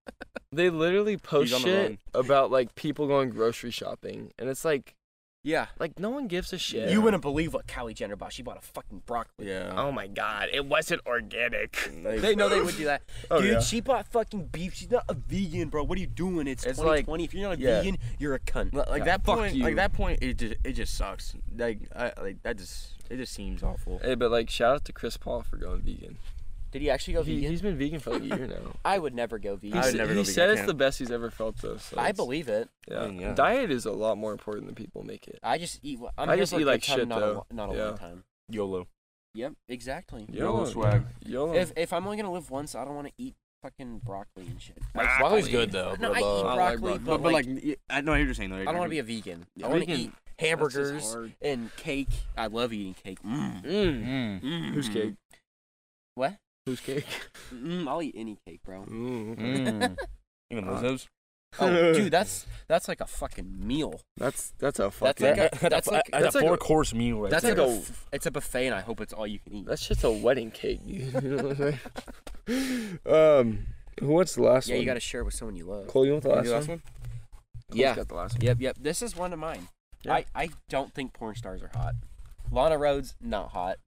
[SPEAKER 1] they literally post
[SPEAKER 2] on the
[SPEAKER 1] shit
[SPEAKER 2] run.
[SPEAKER 1] about like people going grocery shopping, and it's like
[SPEAKER 3] Yeah.
[SPEAKER 1] like no one gives a shit.
[SPEAKER 2] Yeah.
[SPEAKER 3] You wouldn't believe what Kylie Jenner bought. She bought a fucking broccoli.
[SPEAKER 2] Yeah.
[SPEAKER 1] Oh my god, it wasn't organic.
[SPEAKER 2] Like,
[SPEAKER 3] They know they would do that.
[SPEAKER 1] Oh,
[SPEAKER 3] Dude,
[SPEAKER 1] yeah.
[SPEAKER 3] she bought fucking beef. She's not a vegan, bro. What are you doing? It's,
[SPEAKER 2] It's like-
[SPEAKER 3] 2020. if you're not a
[SPEAKER 2] yeah.
[SPEAKER 3] vegan, you're a cunt.
[SPEAKER 2] Li- like
[SPEAKER 1] Yeah,
[SPEAKER 2] that
[SPEAKER 1] fuck
[SPEAKER 2] point,
[SPEAKER 1] you.
[SPEAKER 2] like that point, it just it just sucks. Like I like that just it just seems awful.
[SPEAKER 1] Hey, but like shout out to Chris Paul for going vegan.
[SPEAKER 3] Did he actually go
[SPEAKER 1] He,
[SPEAKER 3] vegan?
[SPEAKER 1] he's been vegan for like a year now.
[SPEAKER 3] I would never go vegan.
[SPEAKER 2] I
[SPEAKER 1] He
[SPEAKER 2] would
[SPEAKER 1] sa-
[SPEAKER 2] never
[SPEAKER 1] he
[SPEAKER 2] go vegan,
[SPEAKER 1] said
[SPEAKER 2] I
[SPEAKER 1] it's
[SPEAKER 2] can't.
[SPEAKER 1] the best he's ever felt though. So
[SPEAKER 3] I
[SPEAKER 1] it's-
[SPEAKER 3] believe it.
[SPEAKER 1] Yeah.
[SPEAKER 2] Mm, yeah.
[SPEAKER 1] Diet is a lot more important than people make it.
[SPEAKER 3] I just eat. wha- I'm
[SPEAKER 1] I
[SPEAKER 3] here
[SPEAKER 1] just
[SPEAKER 3] for a
[SPEAKER 1] eat
[SPEAKER 3] good
[SPEAKER 1] like
[SPEAKER 3] time,
[SPEAKER 1] shit,
[SPEAKER 3] not
[SPEAKER 1] though.
[SPEAKER 3] A, lo- not a
[SPEAKER 1] Yeah.
[SPEAKER 3] long time.
[SPEAKER 2] YOLO.
[SPEAKER 3] Yep, exactly.
[SPEAKER 2] YOLO swag.
[SPEAKER 1] YOLO.
[SPEAKER 3] If if I'm only gonna live once, I don't want to eat fucking broccoli and shit.
[SPEAKER 2] Like,
[SPEAKER 1] Broccoli's
[SPEAKER 2] broccoli's good though.
[SPEAKER 3] No,
[SPEAKER 2] but,
[SPEAKER 3] Ah, I eat
[SPEAKER 2] uh,
[SPEAKER 1] like
[SPEAKER 3] broccoli,
[SPEAKER 1] broccoli.
[SPEAKER 3] but,
[SPEAKER 2] But, but
[SPEAKER 3] like,
[SPEAKER 2] like, y- I know what you're saying. Though.
[SPEAKER 3] I don't want to be a vegan.
[SPEAKER 1] Yeah.
[SPEAKER 3] I want to
[SPEAKER 1] Vegan-
[SPEAKER 3] eat
[SPEAKER 1] That's just
[SPEAKER 3] hamburgers
[SPEAKER 1] hard.
[SPEAKER 3] and cake. I love eating cake. Mm.
[SPEAKER 1] Mm.
[SPEAKER 2] Mm.
[SPEAKER 3] Mm.
[SPEAKER 1] Who's cake?
[SPEAKER 3] What?
[SPEAKER 1] Who's cake?
[SPEAKER 3] Mm, I'll eat any cake, bro.
[SPEAKER 1] Mm.
[SPEAKER 2] Mm. Even
[SPEAKER 1] Uh,
[SPEAKER 2] those.
[SPEAKER 3] Oh, dude, that's that's like a fucking meal.
[SPEAKER 1] That's that's a
[SPEAKER 3] That's
[SPEAKER 1] fucking.
[SPEAKER 3] like a,
[SPEAKER 2] That-
[SPEAKER 3] that's like
[SPEAKER 1] that's like a-
[SPEAKER 2] course meal. Right
[SPEAKER 3] that's
[SPEAKER 1] like
[SPEAKER 3] like
[SPEAKER 1] a-
[SPEAKER 3] a, f- it's a buffet, and I hope it's all you can eat.
[SPEAKER 1] that's just a wedding cake. You you know what I'm saying? um, who wants the last
[SPEAKER 3] Yeah,
[SPEAKER 1] one?
[SPEAKER 3] you gotta share it with someone you love.
[SPEAKER 1] Cole, you want the last, one? Cole's
[SPEAKER 3] Yeah.
[SPEAKER 1] got the last one.
[SPEAKER 3] Yep, yep. This is one of mine.
[SPEAKER 1] Yeah.
[SPEAKER 3] I, I don't think porn stars are hot. Lana Rhodes, not hot.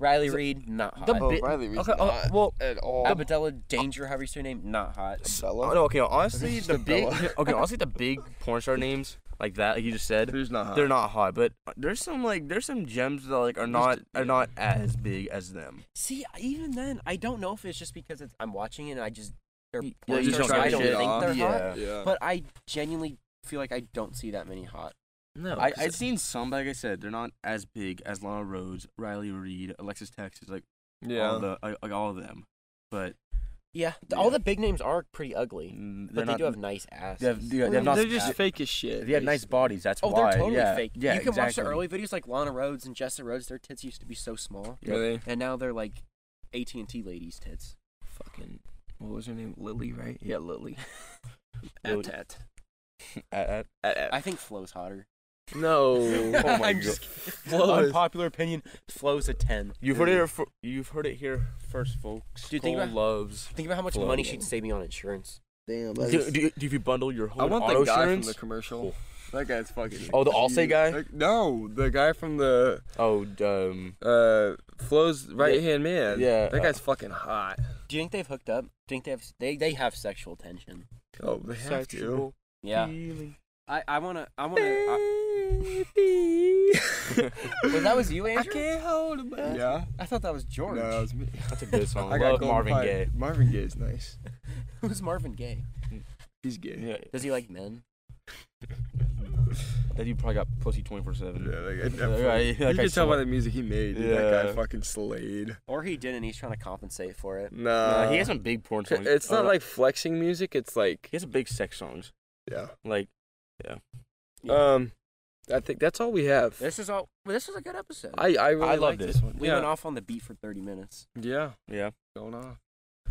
[SPEAKER 3] Riley Reed, not hot.
[SPEAKER 2] the bi-
[SPEAKER 1] Okay, oh, well, at all.
[SPEAKER 3] Abadella Danger, however you say her name, not hot.
[SPEAKER 1] Bella?
[SPEAKER 2] Oh, no, okay. Honestly, the big.
[SPEAKER 1] Bella.
[SPEAKER 2] Okay, honestly, the big porn star names like that, like you just said,
[SPEAKER 1] Who's not hot?
[SPEAKER 2] they're not hot. But uh, there's some like there's some gems that like are not are not as big as them.
[SPEAKER 3] See, even then, I don't know if it's just because it's, I'm watching it and I just they're
[SPEAKER 2] Y-
[SPEAKER 3] porn
[SPEAKER 2] yeah, you
[SPEAKER 3] stars.
[SPEAKER 2] don't
[SPEAKER 3] I
[SPEAKER 2] give
[SPEAKER 3] don't
[SPEAKER 2] a
[SPEAKER 3] think
[SPEAKER 2] shit.
[SPEAKER 3] they're
[SPEAKER 2] Yeah.
[SPEAKER 3] hot,
[SPEAKER 1] Yeah.
[SPEAKER 3] but I genuinely feel like I don't see that many hot.
[SPEAKER 1] no,
[SPEAKER 2] I,
[SPEAKER 1] 'cause
[SPEAKER 2] I've seen some, but like I said, they're not as big as Lana Rhodes, Riley Reed, Alexis Texas, like
[SPEAKER 1] yeah.
[SPEAKER 2] all the like, like all of them. But
[SPEAKER 3] Yeah,
[SPEAKER 2] th-
[SPEAKER 3] all
[SPEAKER 2] all
[SPEAKER 3] the
[SPEAKER 2] the
[SPEAKER 3] big names are pretty ugly,
[SPEAKER 2] mm,
[SPEAKER 3] but
[SPEAKER 2] they're
[SPEAKER 3] they
[SPEAKER 2] not.
[SPEAKER 3] do have nice asses.
[SPEAKER 2] they have, they
[SPEAKER 1] Well,
[SPEAKER 2] have
[SPEAKER 1] they're,
[SPEAKER 2] not-
[SPEAKER 1] just fake as shit.
[SPEAKER 2] They have nice
[SPEAKER 1] basically.
[SPEAKER 2] bodies. That's
[SPEAKER 3] Oh,
[SPEAKER 2] why.
[SPEAKER 3] they're totally
[SPEAKER 2] yeah.
[SPEAKER 3] fake.
[SPEAKER 2] Yeah,
[SPEAKER 3] you can watch the
[SPEAKER 2] exactly.
[SPEAKER 3] early videos like Lana Rhodes and Jessa Rhodes. Their tits used to be so small,
[SPEAKER 2] Yeah.
[SPEAKER 1] Really?
[SPEAKER 3] and now they're like AT and T ladies' tits.
[SPEAKER 1] Fucking. What was her name? Lily, right? Yeah, Lily.
[SPEAKER 2] Lily.
[SPEAKER 1] At-
[SPEAKER 2] Uh,
[SPEAKER 1] at- at-
[SPEAKER 3] I think Flo's hotter.
[SPEAKER 1] No.
[SPEAKER 2] Oh my
[SPEAKER 3] I'm
[SPEAKER 2] God.
[SPEAKER 3] just
[SPEAKER 1] Flo is-
[SPEAKER 3] Unpopular opinion: Flo's a ten.
[SPEAKER 2] You've heard it. here fir- you've heard it here first, folks.
[SPEAKER 3] Dude, think
[SPEAKER 2] Cole
[SPEAKER 3] about-
[SPEAKER 2] loves.
[SPEAKER 3] Think about how much
[SPEAKER 2] Flo.
[SPEAKER 3] money she'd save me on insurance.
[SPEAKER 1] Damn.
[SPEAKER 2] Do, do, do if you bundle your whole
[SPEAKER 1] I want
[SPEAKER 2] auto
[SPEAKER 1] the guy
[SPEAKER 2] insurance?
[SPEAKER 1] from the commercial. That guy's fucking.
[SPEAKER 2] Oh, the Allstate
[SPEAKER 1] huge.
[SPEAKER 2] guy?
[SPEAKER 1] Like, no, the guy from the
[SPEAKER 2] oh, d- um,
[SPEAKER 1] uh Flo's right hand man.
[SPEAKER 2] yeah,
[SPEAKER 1] that
[SPEAKER 2] uh,
[SPEAKER 1] guy's fucking hot.
[SPEAKER 3] Do you think they've hooked up? Do you think they have they they have sexual tension?
[SPEAKER 1] Oh, they have to.
[SPEAKER 2] sexual
[SPEAKER 3] Yeah.
[SPEAKER 2] feeling.
[SPEAKER 3] I I wanna I wanna. I, Wait, that was you, Andrew? I,
[SPEAKER 1] can't hold him. Yeah.
[SPEAKER 3] thought that was George.
[SPEAKER 1] No, it was me.
[SPEAKER 2] That's a good song.
[SPEAKER 1] I
[SPEAKER 2] I
[SPEAKER 1] got
[SPEAKER 2] love
[SPEAKER 1] Golden
[SPEAKER 2] Marvin
[SPEAKER 1] Pie.
[SPEAKER 2] Gaye.
[SPEAKER 1] Marvin Gaye's nice.
[SPEAKER 3] Who's Marvin Gaye?
[SPEAKER 1] He's gay.
[SPEAKER 2] Yeah.
[SPEAKER 3] Does he like men?
[SPEAKER 2] That you probably got pussy twenty four
[SPEAKER 1] Yeah,
[SPEAKER 2] seven.
[SPEAKER 1] like, I definitely-
[SPEAKER 2] Right.
[SPEAKER 1] you can tell by the music he made. dude. That guy
[SPEAKER 2] Yeah.
[SPEAKER 1] fucking slayed.
[SPEAKER 3] Or he didn't. He's trying to compensate for it.
[SPEAKER 1] Nah.
[SPEAKER 2] Nah, Uh, he has some big porn songs.
[SPEAKER 1] It's not
[SPEAKER 2] Uh,
[SPEAKER 1] like flexing music. It's like
[SPEAKER 2] he has some big sex songs.
[SPEAKER 1] yeah.
[SPEAKER 2] Like
[SPEAKER 3] Yeah.
[SPEAKER 1] Um, I think that's all we have.
[SPEAKER 3] This is all. Well, this was a good episode.
[SPEAKER 1] I I really
[SPEAKER 2] I love
[SPEAKER 1] like
[SPEAKER 2] this.
[SPEAKER 1] one.
[SPEAKER 3] we
[SPEAKER 1] yeah.
[SPEAKER 3] went off on the beat for 30 minutes.
[SPEAKER 1] Yeah.
[SPEAKER 2] yeah,
[SPEAKER 1] Going off.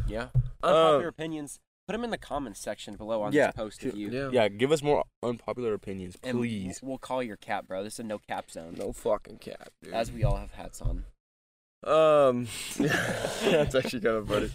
[SPEAKER 3] Yeah. Uh,
[SPEAKER 1] Um,
[SPEAKER 3] Unpopular opinions. Put them in the comments section below on
[SPEAKER 2] Yeah.
[SPEAKER 3] this post if you.
[SPEAKER 1] Yeah.
[SPEAKER 2] yeah. Give us more unpopular opinions,
[SPEAKER 3] And w-
[SPEAKER 2] please.
[SPEAKER 3] We'll call your cap, bro. This is a no cap zone.
[SPEAKER 1] No fucking cap, dude.
[SPEAKER 3] As we all have hats on.
[SPEAKER 1] Um, that's actually kind of funny.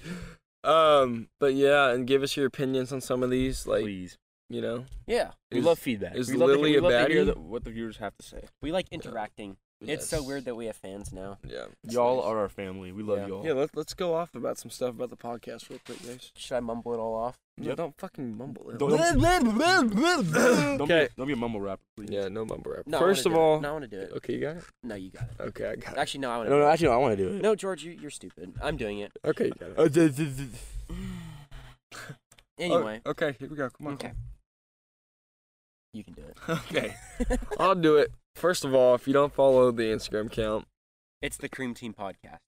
[SPEAKER 1] Um, but yeah, and give us your opinions on some of these. Like,
[SPEAKER 2] please,
[SPEAKER 1] you know,
[SPEAKER 3] Yeah.
[SPEAKER 2] we
[SPEAKER 1] is-
[SPEAKER 2] love feedback.
[SPEAKER 1] is
[SPEAKER 2] we love to-
[SPEAKER 1] Lily
[SPEAKER 2] we
[SPEAKER 1] a
[SPEAKER 2] love to hear
[SPEAKER 1] baddie?
[SPEAKER 2] the, what the viewers have to say.
[SPEAKER 3] We like interacting. It's so
[SPEAKER 1] yes.
[SPEAKER 3] weird that we have fans now.
[SPEAKER 1] Yeah,
[SPEAKER 2] y'all are our family. We love
[SPEAKER 3] Yeah.
[SPEAKER 2] y'all.
[SPEAKER 1] Yeah, let, let's go off about some stuff about the podcast real quick, guys.
[SPEAKER 3] Should I mumble it all off?
[SPEAKER 1] No,
[SPEAKER 2] Yep.
[SPEAKER 1] don't fucking mumble it.
[SPEAKER 2] Don't- Don't, be, a-
[SPEAKER 1] Okay.
[SPEAKER 2] don't be a mumble rapper, please.
[SPEAKER 1] Yeah, no mumble rap.
[SPEAKER 3] No, I wanna
[SPEAKER 1] First of
[SPEAKER 3] do it.
[SPEAKER 1] all,
[SPEAKER 3] no, I want to do it.
[SPEAKER 1] okay, you got it.
[SPEAKER 3] No, you got it.
[SPEAKER 1] Okay, I got it.
[SPEAKER 3] Actually, no, I want to.
[SPEAKER 2] No, no, actually, no, I want to do it.
[SPEAKER 3] No, George, you, you're stupid. I'm doing it
[SPEAKER 1] Okay, you got it.
[SPEAKER 2] Uh, d- d- d-
[SPEAKER 1] Oh,
[SPEAKER 3] anyway.
[SPEAKER 1] okay, here we go. Come on.
[SPEAKER 3] okay. You can do it.
[SPEAKER 1] come on. okay. I'll do it. First of all, if you don't follow the Instagram account,
[SPEAKER 3] It's the Cream Team podcast.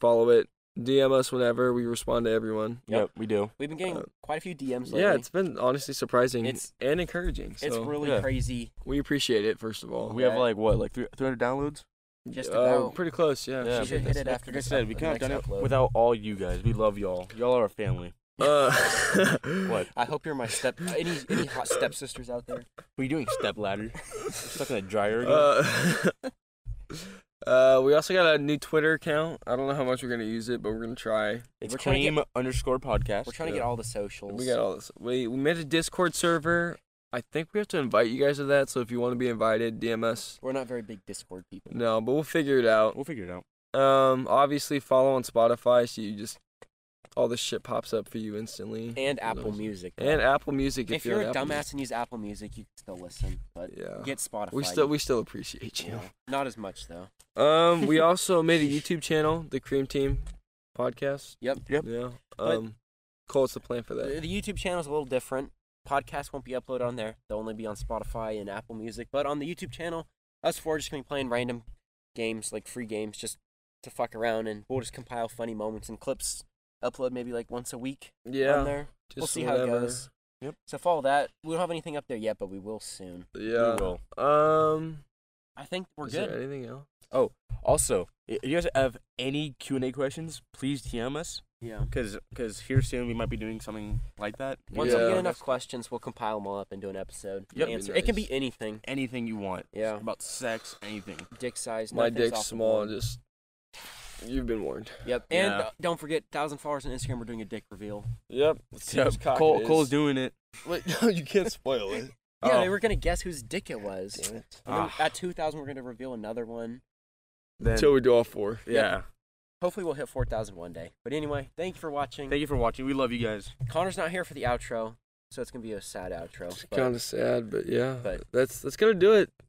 [SPEAKER 1] follow it. DM us whenever. We respond to everyone.
[SPEAKER 2] Yep, we do.
[SPEAKER 3] We've been getting
[SPEAKER 1] Uh,
[SPEAKER 3] quite a few DMs lately.
[SPEAKER 1] Yeah, it's been honestly surprising
[SPEAKER 3] It's-
[SPEAKER 1] and encouraging. So
[SPEAKER 3] it's really
[SPEAKER 2] yeah.
[SPEAKER 3] crazy.
[SPEAKER 1] we appreciate it first of all.
[SPEAKER 2] We have
[SPEAKER 3] Okay.
[SPEAKER 2] like what, like three hundred downloads?
[SPEAKER 3] Just
[SPEAKER 1] Uh,
[SPEAKER 3] about.
[SPEAKER 1] pretty close, yeah.
[SPEAKER 2] Yeah,
[SPEAKER 3] she should hit it after
[SPEAKER 2] Like I
[SPEAKER 3] this
[SPEAKER 2] said,
[SPEAKER 3] up-
[SPEAKER 2] we
[SPEAKER 3] the
[SPEAKER 2] kind of
[SPEAKER 3] next
[SPEAKER 2] done it
[SPEAKER 3] upload.
[SPEAKER 2] without all you guys. We love y'all. Y'all are our family.
[SPEAKER 1] Uh,
[SPEAKER 2] What?
[SPEAKER 3] I hope you're my step. Any any hot stepsisters out there?
[SPEAKER 2] What are you doing, step ladder? Stuck in a dryer again?
[SPEAKER 1] Uh, uh, we also got a new Twitter account. I don't know how much we're gonna use it, but we're gonna try.
[SPEAKER 2] it's
[SPEAKER 3] we're trying to
[SPEAKER 2] cream underscore podcast.
[SPEAKER 3] We're trying to
[SPEAKER 1] Yeah.
[SPEAKER 3] get all the socials.
[SPEAKER 1] We got all this. We we made a Discord server. I think we have to invite you guys to that. So if you want to be invited, DM us.
[SPEAKER 3] We're not very big Discord people.
[SPEAKER 1] No, but we'll figure it out.
[SPEAKER 2] We'll figure it out.
[SPEAKER 1] Um, obviously follow on Spotify, so you just all this shit pops up for you instantly.
[SPEAKER 3] And
[SPEAKER 1] Who
[SPEAKER 3] Apple
[SPEAKER 1] knows?
[SPEAKER 3] Music. though.
[SPEAKER 1] And Apple Music. If,
[SPEAKER 3] if you're
[SPEAKER 1] on
[SPEAKER 3] a
[SPEAKER 1] Apple
[SPEAKER 3] dumbass and use Apple Music, you can still listen. But
[SPEAKER 1] Music. yeah,
[SPEAKER 3] get Spotify.
[SPEAKER 1] we still we still appreciate
[SPEAKER 3] you
[SPEAKER 1] you.
[SPEAKER 3] know. not as much though.
[SPEAKER 1] Um, we also made a YouTube channel, the Cream Team Podcast.
[SPEAKER 3] Yep.
[SPEAKER 2] Yep.
[SPEAKER 1] Yeah.
[SPEAKER 3] But-
[SPEAKER 1] Um, Cole's the plan for that.
[SPEAKER 3] The, the YouTube channel's a little different. Podcasts won't be uploaded on there. They'll only be on Spotify and Apple Music. But on the YouTube channel, us four are just gonna be playing random games, like free games, just to fuck around, and we'll just compile funny moments and clips. Upload maybe like once a week on
[SPEAKER 1] Yeah.
[SPEAKER 3] there.
[SPEAKER 1] Just
[SPEAKER 3] we'll see how it
[SPEAKER 1] whenever.
[SPEAKER 3] goes.
[SPEAKER 2] Yep.
[SPEAKER 3] So follow that. We don't have anything up there yet, but we will soon.
[SPEAKER 1] Yeah.
[SPEAKER 2] We will.
[SPEAKER 1] Um,
[SPEAKER 3] I think we're
[SPEAKER 1] is
[SPEAKER 3] good.
[SPEAKER 1] there anything else?
[SPEAKER 2] Also, if you guys have any Q and A questions, please DM us.
[SPEAKER 3] Yeah.
[SPEAKER 2] Cause, cause here soon we might be doing something like that.
[SPEAKER 3] Once
[SPEAKER 1] Yeah.
[SPEAKER 3] we get enough questions, we'll compile them all up into an episode.
[SPEAKER 2] Yep.
[SPEAKER 3] Answer. It can
[SPEAKER 1] Nice.
[SPEAKER 3] be anything.
[SPEAKER 2] anything you want.
[SPEAKER 3] Yeah.
[SPEAKER 2] About sex, anything.
[SPEAKER 3] Dick size.
[SPEAKER 1] My
[SPEAKER 3] nothing's
[SPEAKER 1] dick's
[SPEAKER 3] off the
[SPEAKER 1] small.
[SPEAKER 3] board.
[SPEAKER 1] Just you've been warned.
[SPEAKER 3] Yep. And
[SPEAKER 2] Yeah.
[SPEAKER 3] uh, don't forget, thousand followers on Instagram. We're doing a dick reveal.
[SPEAKER 1] Yep. Let's see whose cock
[SPEAKER 2] Cole,
[SPEAKER 1] it
[SPEAKER 2] Cole's
[SPEAKER 1] is.
[SPEAKER 2] doing it.
[SPEAKER 1] Wait, no, you can't spoil it.
[SPEAKER 3] Yeah,
[SPEAKER 2] Oh.
[SPEAKER 3] they were gonna guess whose dick it was.
[SPEAKER 1] Damn it.
[SPEAKER 3] And then
[SPEAKER 2] Ah.
[SPEAKER 3] At two thousand, we're gonna reveal another one.
[SPEAKER 2] Then,
[SPEAKER 1] Until we do all four.
[SPEAKER 2] yeah.
[SPEAKER 3] Hopefully, we'll hit four thousand one day. But anyway, thank you for watching.
[SPEAKER 2] Thank you for watching. We love you guys.
[SPEAKER 3] Connor's not here for the outro, so it's gonna be a sad outro.
[SPEAKER 1] It's
[SPEAKER 3] but-
[SPEAKER 1] kind of sad, but yeah.
[SPEAKER 3] but-
[SPEAKER 1] that's that's gonna do it.